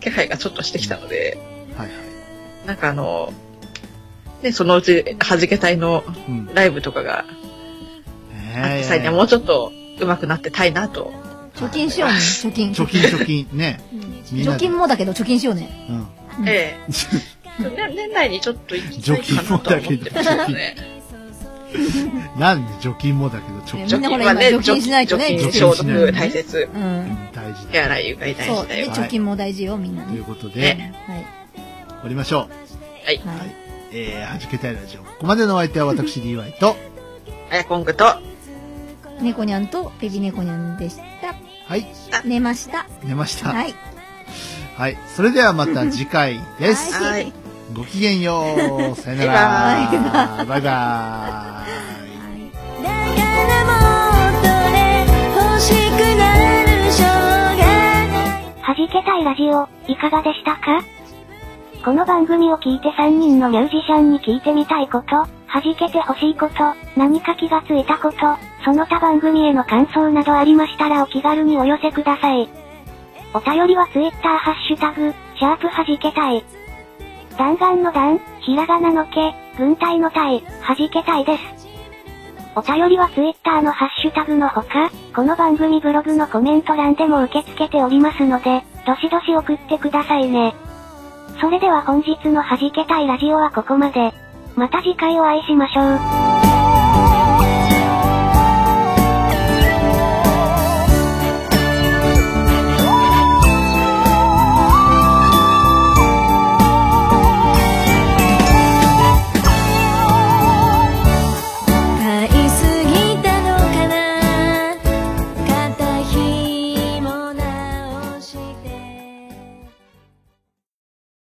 S2: 気配がちょっとしてきたので、
S1: はいはい。
S2: なんかあの、ね、そのうち、弾け隊の
S1: うん。
S2: ライブとかが、
S1: え
S2: 実際にはもうちょっと上手くなってたいなと。
S3: 貯金しようね、貯金。
S1: 貯金貯金、ね。みんな
S3: 貯
S1: で。
S3: 金もだけど貯金しようね。
S1: うん。
S3: ん
S2: ええ。年年内にちょっと行きたいかなとは思ってますけどね。
S1: なんで貯金もだけど、貯
S3: ねみ
S1: 金
S3: んなほら
S2: 貯
S3: 今貯金しないとね
S2: 貯金
S1: 貯金しない
S2: 消毒大切。
S3: うん。
S1: 大事
S2: 手
S1: だ。
S2: 洗い、うがい大
S3: そう。
S2: 事だ
S3: で、
S2: よ。
S3: 貯金も大事よ、みんな
S1: という
S3: ね。
S1: ことで、
S2: ね。
S3: はい。
S1: 終わりましょ
S2: はい。
S1: う。は
S3: はいい。。
S1: えー、はじけたいラジオ。ここまでのお相手は私 DY と、
S2: あやこんぐと、
S3: 猫にゃんとペビ猫にゃんでした。
S1: はい、
S3: 寝ました。
S1: 寝ました。
S3: はい。
S1: はい。それではまた次回です。
S2: はい。
S1: ごきげんよう。さよなら。バイバイ。
S7: だからもっとね欲しくなるしょうがない
S4: はじけた外ラジオ、いかがでしたかこの番組を聞いて3人のミュージシャンに聞いてみたいこと、弾けてほしいこと、何か気がついたこと、その他番組への感想などありましたらお気軽にお寄せください。お便りは Twitter ハッシュタグ、シャープ弾けたい。弾丸の弾、ひらがなのけ、軍隊の隊、弾けたいです。お便りは Twitter のハッシュタグのほか、この番組ブログのコメント欄でも受け付けておりますので、どしどし送ってくださいね。それでは本日の弾けたいラジオはここまで。また次回お会いしましょう。